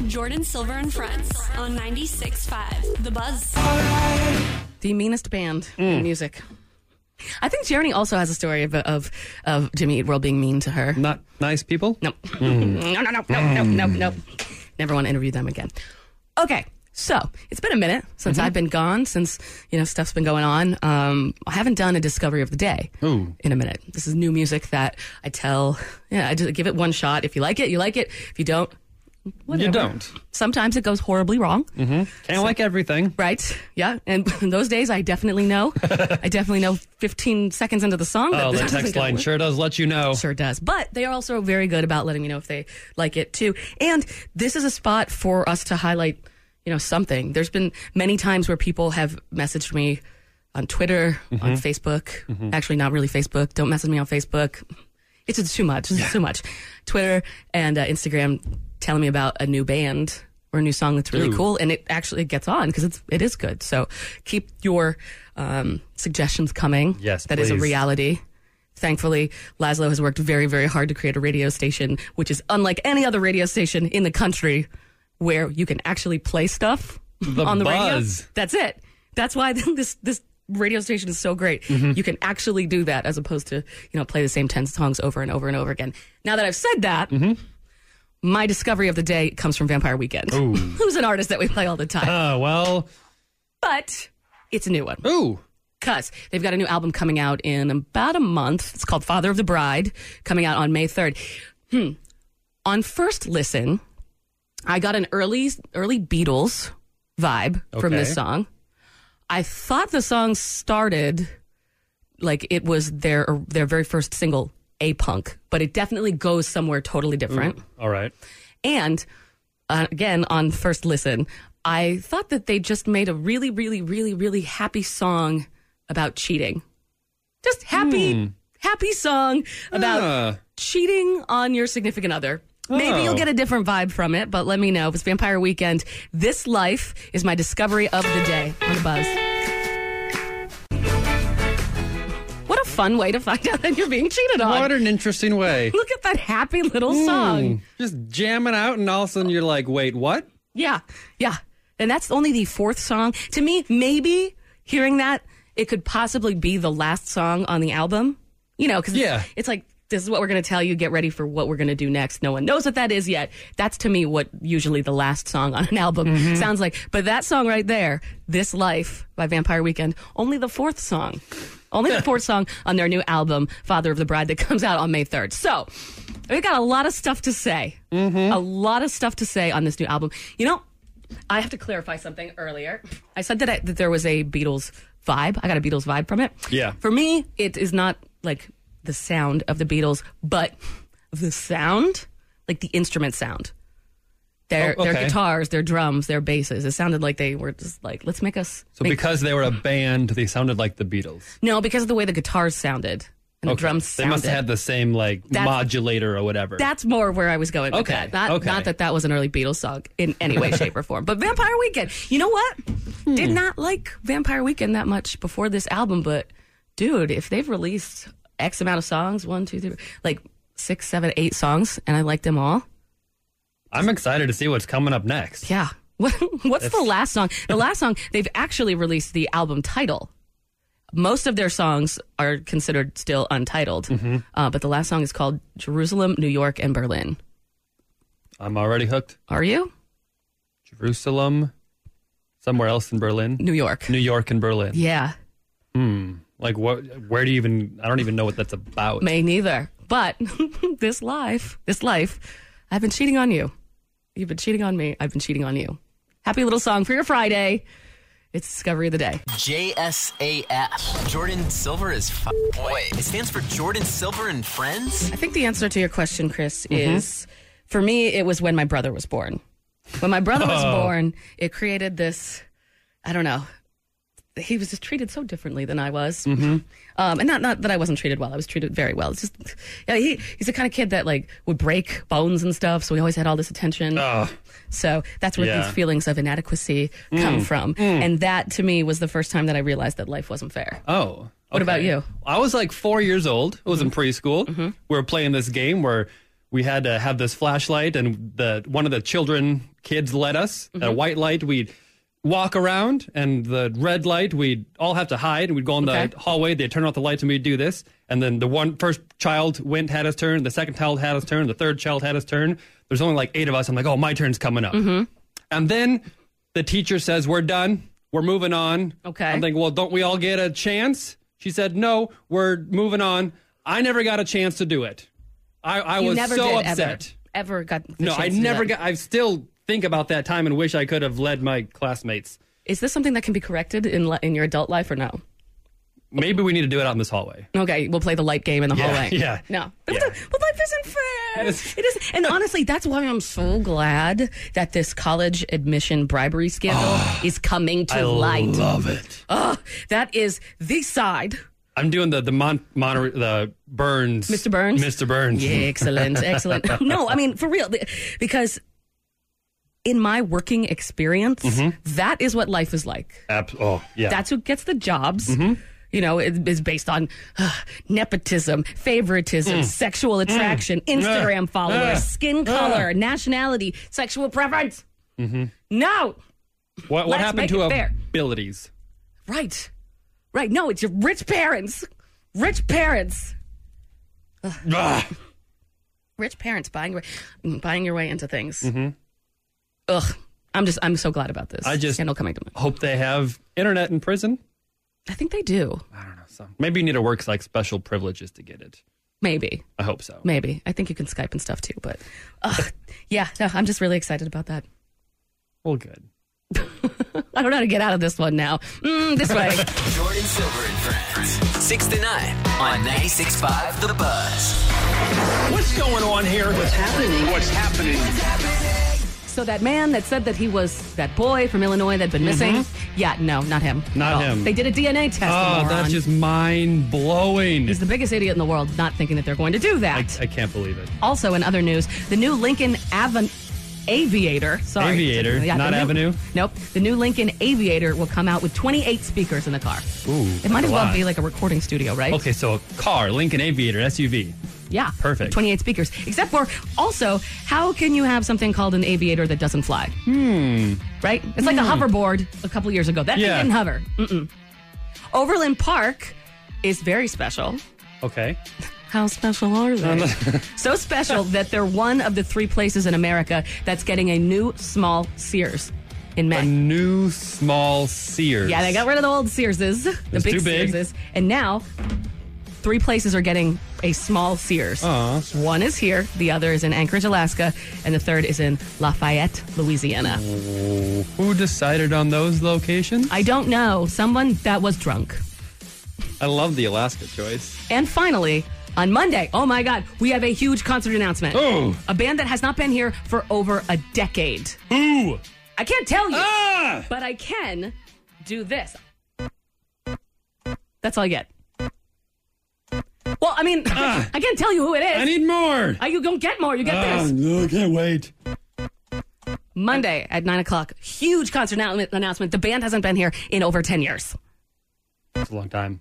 [SPEAKER 15] Jordan Silver and Friends on 96.5. The Buzz.
[SPEAKER 3] The meanest band in music. I think Jeremy also has a story of, of, of Jimmy Eat World being mean to her.
[SPEAKER 2] Not nice people?
[SPEAKER 3] No.
[SPEAKER 2] Hmm.
[SPEAKER 3] no, no, no, no, no, no, no. Never want to interview them again. Okay. So it's been a minute since
[SPEAKER 2] Mhm.
[SPEAKER 3] I've been gone, since, you know, stuff's been going on. Um, I haven't done a discovery of the day.
[SPEAKER 2] Ooh.
[SPEAKER 3] in a minute. This is new music that I tell. Yeah, I just give it one shot. If you like it, you like it. If you don't, whatever.
[SPEAKER 2] You don't.
[SPEAKER 3] Sometimes it goes horribly wrong.
[SPEAKER 2] Mm-hmm. Can't like everything.
[SPEAKER 3] Right? Yeah. And in those days, I definitely know. I definitely know 15 seconds into the song. that
[SPEAKER 2] Oh,
[SPEAKER 3] this
[SPEAKER 2] the
[SPEAKER 3] doesn't
[SPEAKER 2] text
[SPEAKER 3] go
[SPEAKER 2] line
[SPEAKER 3] well.
[SPEAKER 2] sure does let you know.
[SPEAKER 3] Sure does. But they are also very good about letting me know if they like it too. And this is a spot for us to highlight, you know, something. There's been many times where people have messaged me on Twitter, on
[SPEAKER 16] Mhm.
[SPEAKER 3] Facebook.
[SPEAKER 16] Mhm.
[SPEAKER 3] Actually, not really Facebook. Don't message me on Facebook. It's just too much. It's too much. Twitter and uh, Instagram telling me about a new band or a new song that's really
[SPEAKER 16] Ooh.
[SPEAKER 3] cool, and it actually gets on because it's it is good. So keep your um, suggestions coming.
[SPEAKER 16] Yes,
[SPEAKER 3] that is a
[SPEAKER 16] please.
[SPEAKER 3] reality. Thankfully, Laszlo has worked very, very hard to create a radio station, which is unlike any other radio station in the country where you can actually play stuff
[SPEAKER 2] The
[SPEAKER 3] on the
[SPEAKER 2] buzz.
[SPEAKER 3] radio. That's it. That's why this this radio station is so great.
[SPEAKER 2] Mhm.
[SPEAKER 3] You can actually do that as opposed to, you know, play the same 10 songs over and over and over again. Now that I've said that,
[SPEAKER 2] Mm-hmm.
[SPEAKER 3] my discovery of the day comes from Vampire Weekend.
[SPEAKER 2] Ooh.
[SPEAKER 3] Who's an artist that we play all the time?
[SPEAKER 2] Uh, well,
[SPEAKER 3] but it's a new one.
[SPEAKER 2] Ooh.
[SPEAKER 3] Cuz they've got a new album coming out in about a month. It's called Father of the Bride, coming out on May 3rd. Hmm. On first listen, I got an early early Beatles vibe from
[SPEAKER 16] Okay.
[SPEAKER 3] this song. I thought the song started like it was their their very first single, A Punk, but it definitely goes somewhere totally different.
[SPEAKER 2] Ooh, All right.
[SPEAKER 3] And uh, again, on first listen, I thought that they just made a really, really, really, really happy song about cheating. Just happy,
[SPEAKER 2] Hmm.
[SPEAKER 3] happy song about
[SPEAKER 2] Ah.
[SPEAKER 3] cheating on your significant other. Maybe you'll
[SPEAKER 2] Oh.
[SPEAKER 3] get a different vibe from it, but let me know. It's Vampire Weekend. This life is my discovery of the day on the buzz. What a fun way to find out that you're being cheated on.
[SPEAKER 2] What an interesting way.
[SPEAKER 3] Look at that happy little song.
[SPEAKER 2] Mm, Just jamming out, and all of a sudden you're like, wait, what?
[SPEAKER 3] Yeah, yeah. And that's only the fourth song. To me, maybe hearing that, it could possibly be the last song on the album. You know, because
[SPEAKER 2] Yeah.
[SPEAKER 3] it's, it's like, this is what we're going to tell you. Get ready for what we're going to do next. No one knows what that is yet. That's to me what usually the last song on an album
[SPEAKER 16] Mhm.
[SPEAKER 3] sounds like. But that song right there, This Life by Vampire Weekend, only the fourth song. Only the fourth song on their new album, Father of the Bride, that comes out on May 3rd. So, we got a lot of stuff to say. A lot of stuff to say on this new album. You know, I have to clarify something earlier. I said that, I, that there was a Beatles vibe. I got a Beatles vibe from it.
[SPEAKER 2] Yeah.
[SPEAKER 3] For me, it is not like the sound of the Beatles, but the sound, like the instrument sound. Their
[SPEAKER 2] Oh,
[SPEAKER 3] their
[SPEAKER 2] okay.
[SPEAKER 3] guitars, their drums, their basses. It sounded like they were just like, let's make us.
[SPEAKER 2] So
[SPEAKER 3] make-
[SPEAKER 2] because they were a band, they sounded like the Beatles.
[SPEAKER 3] no, because of the way the guitars sounded and the drums
[SPEAKER 2] They
[SPEAKER 3] sounded.
[SPEAKER 2] must have had the same like
[SPEAKER 3] That's-
[SPEAKER 2] modulator or whatever.
[SPEAKER 3] That's more where I was going with
[SPEAKER 2] Okay,
[SPEAKER 3] that. Not,
[SPEAKER 2] okay.
[SPEAKER 3] not that that was an early Beatles song in any way, shape, or form. But Vampire Weekend, you know what? Did not like Vampire Weekend that much before this album, but dude, if they've released X amount of songs, one, two, three, like six, seven, eight songs, and I like them all.
[SPEAKER 2] I'm excited to see what's coming up next.
[SPEAKER 3] Yeah. What, what's the
[SPEAKER 2] That's-
[SPEAKER 3] last song? The last song, they've actually released the album title. Most of their songs are considered still untitled,
[SPEAKER 2] Mm-hmm.
[SPEAKER 3] uh, but the last song is called Jerusalem, New York, and Berlin.
[SPEAKER 2] I'm already hooked.
[SPEAKER 3] Are you?
[SPEAKER 2] Jerusalem, somewhere else in Berlin,
[SPEAKER 3] New York,
[SPEAKER 2] New York and Berlin.
[SPEAKER 3] Yeah.
[SPEAKER 2] Hmm. Like what? Where do you even? I don't even know what that's about.
[SPEAKER 3] Me neither. But this life, this life, I've been cheating on you. You've been cheating on me. I've been cheating on you. Happy little song for your Friday. It's Discovery of the Day.
[SPEAKER 4] JSAF. Jordan Silver is f- Wait, it stands for Jordan Silver and Friends?
[SPEAKER 3] I think the answer to your question, Chris,
[SPEAKER 2] Mm-hmm.
[SPEAKER 4] Mhm.
[SPEAKER 3] is for me, it was when my brother was born. When my brother was
[SPEAKER 4] Oh.
[SPEAKER 3] born, it created this, I don't know, he was just treated so differently than I was.
[SPEAKER 2] Mm-hmm.
[SPEAKER 3] Um, and not, not that I wasn't treated well, I was treated very well. It's just, yeah, he, he's the kind of kid that like would break bones and stuff. So he always had all this attention. So that's where
[SPEAKER 4] Yeah.
[SPEAKER 3] these feelings of inadequacy
[SPEAKER 2] Ah. Mm.
[SPEAKER 3] come from.
[SPEAKER 2] Mm.
[SPEAKER 3] And that to me was the first time that I realized that life wasn't fair.
[SPEAKER 2] Oh.
[SPEAKER 3] What about you? Mm-hmm.
[SPEAKER 2] I was like four years old. I was in preschool. We were playing this game where we had to have this flashlight, and the one of the children kids led us. A
[SPEAKER 3] Mm-hmm.
[SPEAKER 16] Mhm.
[SPEAKER 2] white light, we'd walk around, and the red light, we'd all have to hide, and we'd go in the
[SPEAKER 16] Okay.
[SPEAKER 2] hallway. They'd turn off the lights, and we'd do this. And then the one first child went had his turn. The second child had his turn. The third child had his turn. There's only like eight of us. I'm like, oh, my turn's coming up.
[SPEAKER 3] Mm-hmm.
[SPEAKER 16] Mhm.
[SPEAKER 2] And then the teacher says, We're done. We're moving on. Okay. I'm thinking, Well, don't we all get a chance? She said, No, we're moving on. I never got a chance to do it. I, I
[SPEAKER 3] You
[SPEAKER 2] was
[SPEAKER 3] never
[SPEAKER 2] so
[SPEAKER 3] did
[SPEAKER 2] upset.
[SPEAKER 3] Ever, ever got the
[SPEAKER 2] No, I
[SPEAKER 3] chance to do
[SPEAKER 2] never
[SPEAKER 3] that.
[SPEAKER 2] got, I still think about that time and wish I could have led my classmates.
[SPEAKER 3] Is this something that can be corrected in li- in your adult life or no?
[SPEAKER 2] Maybe we need to do it out in this hallway.
[SPEAKER 3] Okay, we'll play the light game in the
[SPEAKER 2] Yeah,
[SPEAKER 3] hallway.
[SPEAKER 2] yeah.
[SPEAKER 3] No. But, but life isn't fair. It is. And honestly, that's why I'm so glad that this college admission bribery scandal is coming to
[SPEAKER 2] Ah, I
[SPEAKER 3] light.
[SPEAKER 2] love it.
[SPEAKER 3] Ugh, that is the side.
[SPEAKER 2] Oh. I'm doing the the Mon- Monterey, the Burns,
[SPEAKER 3] Mr. Burns?
[SPEAKER 2] Mr. Burns.
[SPEAKER 3] Yeah, excellent, excellent. no, I mean for real, th- because in my working experience,
[SPEAKER 2] Mhm.
[SPEAKER 3] that is what life is like.
[SPEAKER 2] Ab- oh, yeah. Mm-hmm.
[SPEAKER 3] That's who gets the jobs. You know, it is based on uh, nepotism, favoritism,
[SPEAKER 2] Mm.
[SPEAKER 3] sexual attraction,
[SPEAKER 2] Mm.
[SPEAKER 3] Instagram
[SPEAKER 2] Ugh.
[SPEAKER 3] followers,
[SPEAKER 2] Ugh.
[SPEAKER 3] skin
[SPEAKER 2] Ugh.
[SPEAKER 3] color, nationality, sexual preference.
[SPEAKER 2] Mhm.
[SPEAKER 3] No,
[SPEAKER 2] What, what
[SPEAKER 3] Let's
[SPEAKER 2] happened
[SPEAKER 3] make
[SPEAKER 2] to
[SPEAKER 3] it fair.
[SPEAKER 2] abilities?
[SPEAKER 3] right, right. No, it's your rich parents, rich parents,
[SPEAKER 2] Ugh.
[SPEAKER 3] rich parents buying your way, buying your way into things.
[SPEAKER 2] Mhm.
[SPEAKER 3] Ugh, I'm just I'm so glad about this.
[SPEAKER 2] I just
[SPEAKER 3] scandal coming to me.
[SPEAKER 2] hope they have internet in prison.
[SPEAKER 3] I think they do.
[SPEAKER 2] Maybe you need to work like special privileges to get it.
[SPEAKER 3] Maybe.
[SPEAKER 2] I hope so.
[SPEAKER 3] Maybe. I think you can Skype and stuff too, but ugh, yeah, no, I'm just really excited about that.
[SPEAKER 2] Well, good.
[SPEAKER 3] I don't know how to get out of this one now. Mm, this way.
[SPEAKER 4] Jordan Silver and Friends. 6 to 9 on 96.5 The Buzz.
[SPEAKER 6] What's going on here? What's happening? What's happening?
[SPEAKER 3] so that man that said that he was that boy from Illinois that'd been missing.
[SPEAKER 2] Mhm.
[SPEAKER 3] Yeah, no, not him.
[SPEAKER 2] Not
[SPEAKER 3] Oh,
[SPEAKER 2] him.
[SPEAKER 3] They did a DNA test.
[SPEAKER 2] oh,
[SPEAKER 3] moron.
[SPEAKER 2] that's just mind blowing.
[SPEAKER 3] He's the biggest idiot in the world, not thinking that they're going to do that.
[SPEAKER 2] I, I can't believe it.
[SPEAKER 3] Also, in other news, the new Lincoln Aven- Aviator. Sorry.
[SPEAKER 2] Aviator,
[SPEAKER 3] the
[SPEAKER 2] not
[SPEAKER 3] new-
[SPEAKER 2] Avenue?
[SPEAKER 3] Nope. The new Lincoln Aviator will come out with 28 speakers in the car.
[SPEAKER 2] Ooh,
[SPEAKER 3] It might
[SPEAKER 2] that's
[SPEAKER 3] as
[SPEAKER 2] a
[SPEAKER 3] well
[SPEAKER 2] lot.
[SPEAKER 3] be like a recording studio, right?
[SPEAKER 2] Okay, so a car, Lincoln Aviator, SUV.
[SPEAKER 3] Yeah.
[SPEAKER 2] Perfect.
[SPEAKER 3] 28 speakers. Except for also, how can you have something called an aviator that doesn't fly?
[SPEAKER 2] Hmm.
[SPEAKER 3] Right? It's like a
[SPEAKER 2] Hmm.
[SPEAKER 3] hoverboard a couple years ago. That
[SPEAKER 2] Yeah.
[SPEAKER 3] thing didn't hover. Mm-mm. Overland Park is very special.
[SPEAKER 2] Okay.
[SPEAKER 3] How special are they? so special that they're one of the three places in America that's getting a new small Sears in May.
[SPEAKER 2] A new small Sears.
[SPEAKER 3] Yeah, they got rid of the old Searses, the
[SPEAKER 2] It's
[SPEAKER 3] big,
[SPEAKER 2] too big.
[SPEAKER 3] Searses, and now three places are getting a small Sears. One is here, the other is in Anchorage, Alaska, and the third is in Lafayette, Louisiana.
[SPEAKER 2] Who decided on those locations?
[SPEAKER 3] I don't know. Someone that was drunk.
[SPEAKER 2] I love the Alaska choice.
[SPEAKER 3] And finally, on Monday, oh my God, we have a huge concert announcement.
[SPEAKER 2] Oh.
[SPEAKER 3] A band that has not been here for over a decade.
[SPEAKER 2] Ooh.
[SPEAKER 3] I can't tell you,
[SPEAKER 2] Ah!
[SPEAKER 3] but I can do this. That's all I get. Well, I mean, I can't tell you who it is. I
[SPEAKER 2] Ah. need Ah. more.
[SPEAKER 3] you don't get more. You get this.
[SPEAKER 2] no, I can't wait.
[SPEAKER 3] Monday at 9 o'clock, huge concert annou- announcement. The band hasn't been here in over 10 years.
[SPEAKER 2] It's a long time.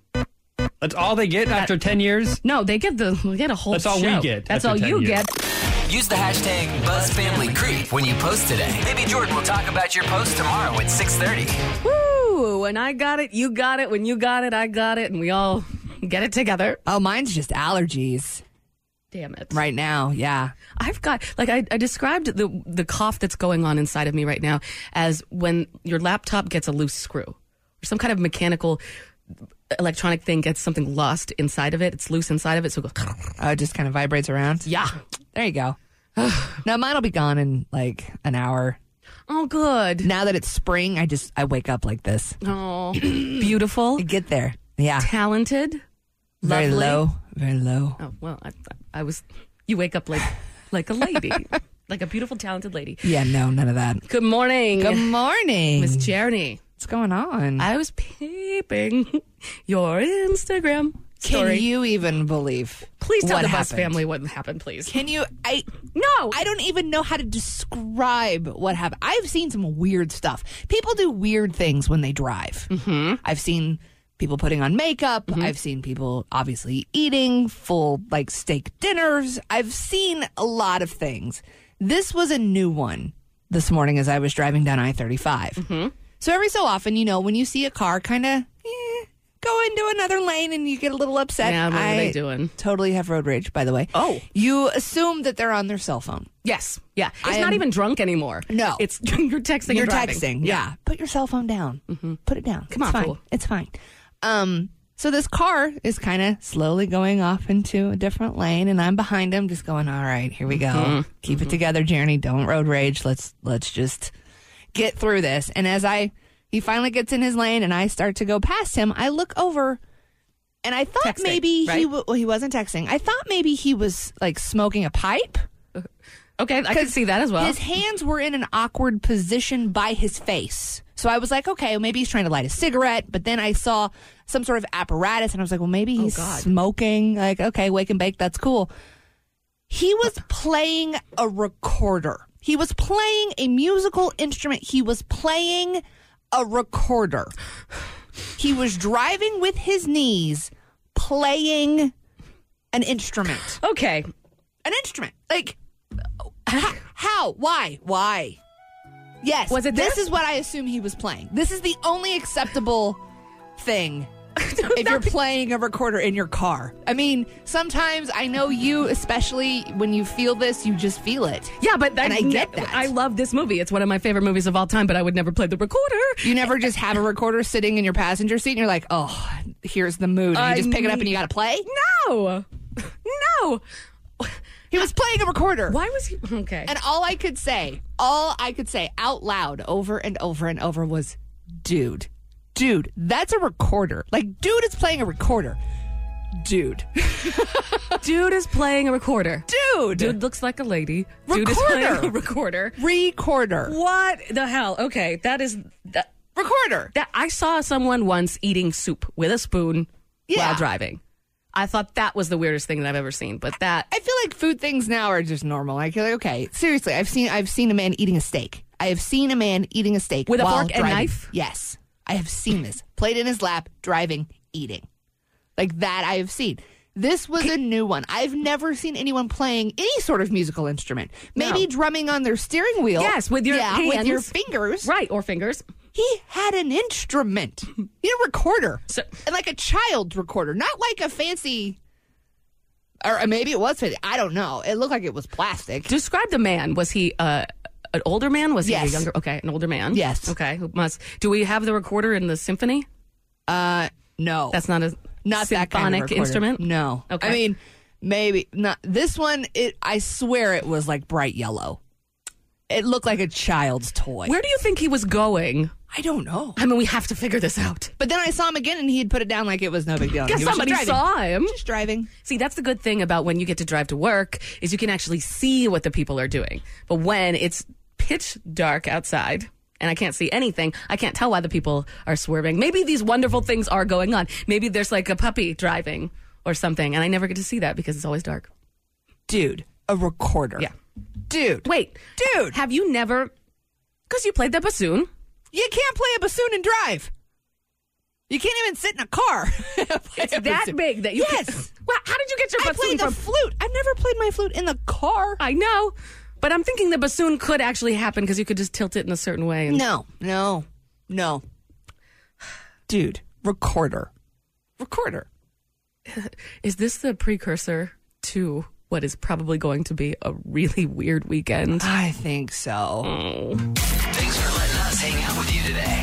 [SPEAKER 2] That's all they get after 10 years?
[SPEAKER 3] No, they get the we get a whole
[SPEAKER 2] That's all we
[SPEAKER 3] show.
[SPEAKER 2] get
[SPEAKER 3] That's all
[SPEAKER 2] after 10
[SPEAKER 3] you
[SPEAKER 2] years.
[SPEAKER 3] get.
[SPEAKER 4] Use the hashtag BuzzFamilyCreep when you post today. Maybe Jordan will talk about your post tomorrow at 6.30.
[SPEAKER 3] Woo! When I got it, you got it. When you got it, I got it. And we all get it together.
[SPEAKER 7] Oh, mine's just allergies.
[SPEAKER 3] Damn it.
[SPEAKER 7] Right now, yeah.
[SPEAKER 3] I've got like I, I described the the cough that's going on inside of me right now as when your laptop gets a loose screw or some kind of mechanical electronic thing gets something lost inside of it. It's loose inside of it, so it goes.
[SPEAKER 7] Oh, it just kind of vibrates around.
[SPEAKER 3] Yeah.
[SPEAKER 7] There you go. now mine'll be gone in like an hour.
[SPEAKER 3] Oh, good.
[SPEAKER 7] Now that it's spring, I just I wake up like this.
[SPEAKER 3] Oh, beautiful.
[SPEAKER 7] Get there. Yeah.
[SPEAKER 3] Talented.
[SPEAKER 7] Very
[SPEAKER 3] lovely.
[SPEAKER 7] low. Very low.
[SPEAKER 3] Oh well, I, I was. You wake up like like a lady, like a beautiful, talented lady.
[SPEAKER 7] Yeah. No. None of that.
[SPEAKER 3] Good morning.
[SPEAKER 7] Good morning,
[SPEAKER 3] Miss Journey.
[SPEAKER 7] What's going on?
[SPEAKER 3] I was peeping your Instagram
[SPEAKER 7] Can
[SPEAKER 3] story.
[SPEAKER 7] you even believe?
[SPEAKER 3] Please tell
[SPEAKER 7] what
[SPEAKER 3] the
[SPEAKER 7] happened?
[SPEAKER 3] bus family what happened, please.
[SPEAKER 7] Can you? I
[SPEAKER 3] no.
[SPEAKER 7] I don't even know how to describe what happened. I've seen some weird stuff. People do weird things when they drive. Mm-hmm. I've seen people putting on makeup.
[SPEAKER 3] Mm-hmm.
[SPEAKER 7] I've seen people obviously eating full like steak dinners. I've seen a lot of things. This was a new one this morning as I was driving down I 35.
[SPEAKER 3] Mm-hmm.
[SPEAKER 7] So every so often, you know, when you see a car kind of go into another lane and you get a little upset.
[SPEAKER 3] Yeah, what are they
[SPEAKER 7] I
[SPEAKER 3] doing?
[SPEAKER 7] Totally have road rage, by the way.
[SPEAKER 3] Oh.
[SPEAKER 7] You assume that they're on their cell phone.
[SPEAKER 3] Yes. Yeah. It's
[SPEAKER 7] I
[SPEAKER 3] not
[SPEAKER 7] am-
[SPEAKER 3] even drunk anymore.
[SPEAKER 7] No.
[SPEAKER 3] It's you're texting.
[SPEAKER 7] You're
[SPEAKER 3] and driving. Mm-hmm.
[SPEAKER 7] texting. Yeah. Put your cell phone down. Put it down.
[SPEAKER 3] Come
[SPEAKER 7] it's
[SPEAKER 3] on,
[SPEAKER 7] fine.
[SPEAKER 3] fool.
[SPEAKER 7] It's fine. Um, so this car is kind of slowly going off into a different lane, and I'm behind him, just going, "All right, here we go.
[SPEAKER 3] Mhm.
[SPEAKER 7] Keep it together, Jeremy. Don't road rage. Let's let's just get through this." And as I he finally gets in his lane, and I start to go past him, I look over. And I thought
[SPEAKER 3] Texting,
[SPEAKER 7] maybe
[SPEAKER 3] right?
[SPEAKER 7] he w- well, he wasn't texting. I thought maybe he was like smoking a pipe.
[SPEAKER 3] Okay, I can
[SPEAKER 7] 'Cause
[SPEAKER 3] see that as well.
[SPEAKER 7] His hands were in an awkward position by his face. So I was like, okay, maybe he's trying to light a cigarette. But then I saw some sort of apparatus and I was like, well, maybe he's
[SPEAKER 3] Oh, God.
[SPEAKER 7] smoking. Like, okay, wake and bake, that's cool. He was playing a recorder. He was playing a musical instrument. He was playing a recorder. He was driving with his knees, playing an instrument.
[SPEAKER 3] okay.
[SPEAKER 7] An instrument. Like, how? how? Why? Why? Yes.
[SPEAKER 3] Was it
[SPEAKER 7] this
[SPEAKER 3] this?
[SPEAKER 7] is what I assume he was playing. This is the only acceptable thing if you're playing a recorder in your car. I mean, sometimes I know you, especially when you feel this, you just feel it.
[SPEAKER 3] Yeah, but that,
[SPEAKER 7] And I get that.
[SPEAKER 3] I love this movie. It's one of my favorite movies of all time. But I would never play the recorder.
[SPEAKER 7] You never just have a recorder sitting in your passenger seat and you're like, oh, here's the mood. And
[SPEAKER 3] I
[SPEAKER 7] you just pick it up
[SPEAKER 3] need-
[SPEAKER 7] and you got to play?
[SPEAKER 3] No. No.
[SPEAKER 7] He was playing a recorder.
[SPEAKER 3] Why was he okay?
[SPEAKER 7] And all I could say, all I could say out loud over and over and over was, dude, dude, that's a recorder. Like, dude is playing a recorder. Dude.
[SPEAKER 3] Dude is playing a recorder.
[SPEAKER 7] Dude.
[SPEAKER 3] Dude looks like a lady. Dude is playing
[SPEAKER 7] Recorder.
[SPEAKER 3] a recorder.
[SPEAKER 7] Recorder.
[SPEAKER 3] What the hell? Okay, that is that,
[SPEAKER 7] Recorder.
[SPEAKER 3] that. I saw someone once eating soup with a spoon
[SPEAKER 7] Yeah.
[SPEAKER 3] while driving. I thought that was the weirdest thing that I've ever seen. But that
[SPEAKER 7] I feel like food things now are just normal. I feel like, okay, seriously, I've seen I've seen a man eating a steak. I have seen a man eating a steak
[SPEAKER 3] With a
[SPEAKER 7] while
[SPEAKER 3] fork and
[SPEAKER 7] driving.
[SPEAKER 3] knife?
[SPEAKER 7] Yes, I have seen this. Plate in his lap, driving, eating, like that. I have seen. This was a new one. I've never seen anyone playing any sort of musical instrument. Maybe
[SPEAKER 3] No.
[SPEAKER 7] drumming on their steering wheel.
[SPEAKER 3] Yes, with your
[SPEAKER 7] yeah, with your
[SPEAKER 3] hands.
[SPEAKER 7] fingers.
[SPEAKER 3] right or fingers.
[SPEAKER 7] He had an instrument, he had a recorder,
[SPEAKER 3] So-
[SPEAKER 7] and like a child's recorder, not like a fancy. Or maybe it was fancy. I don't know. It looked like it was plastic.
[SPEAKER 3] Describe the man. Was he uh, an older man? Was he
[SPEAKER 7] Yes.
[SPEAKER 3] a younger? Okay, an older man.
[SPEAKER 7] Yes.
[SPEAKER 3] Okay. Who must? Do we have the recorder in the symphony?
[SPEAKER 7] Uh, no.
[SPEAKER 3] That's not a.
[SPEAKER 7] not that kind of
[SPEAKER 3] Symphonic
[SPEAKER 7] recorder.
[SPEAKER 3] instrument?
[SPEAKER 7] No.
[SPEAKER 3] Okay.
[SPEAKER 7] I mean, maybe not. This one, it I swear it was like bright yellow. It looked like a child's toy.
[SPEAKER 3] Where do you think he was going?
[SPEAKER 7] I don't know.
[SPEAKER 3] I mean, we have to figure this out.
[SPEAKER 7] But then I saw him again, and he had put it down like it was no big deal.
[SPEAKER 3] Guess
[SPEAKER 7] He was just
[SPEAKER 3] somebody
[SPEAKER 7] driving.
[SPEAKER 3] saw him.
[SPEAKER 7] Just driving.
[SPEAKER 3] See, that's the good thing about when you get to drive to work is you can actually see what the people are doing. But when it's pitch dark outside and I can't see anything, I can't tell why the people are swerving. Maybe these wonderful things are going on. Maybe there's like a puppy driving or something, and I never get to see that because it's always dark.
[SPEAKER 7] Dude, a recorder.
[SPEAKER 3] Yeah.
[SPEAKER 7] Dude.
[SPEAKER 3] Wait.
[SPEAKER 7] Dude.
[SPEAKER 3] Have you never because you played the bassoon.
[SPEAKER 7] You can't play a bassoon and drive. You can't even sit in a car.
[SPEAKER 3] It's that big that you
[SPEAKER 7] Yes.
[SPEAKER 3] Can, well, how did you get your
[SPEAKER 7] I
[SPEAKER 3] bassoon
[SPEAKER 7] played the
[SPEAKER 3] from?
[SPEAKER 7] flute. I've never played my flute in the car.
[SPEAKER 3] I know, but I'm thinking the bassoon could actually happen because you could just tilt it in a certain way. And
[SPEAKER 7] No, no, no. Dude, recorder. Recorder.
[SPEAKER 3] Is this the precursor to what is probably going to be a really weird weekend?
[SPEAKER 7] I think so.
[SPEAKER 4] Thanks for letting us hang out with you today.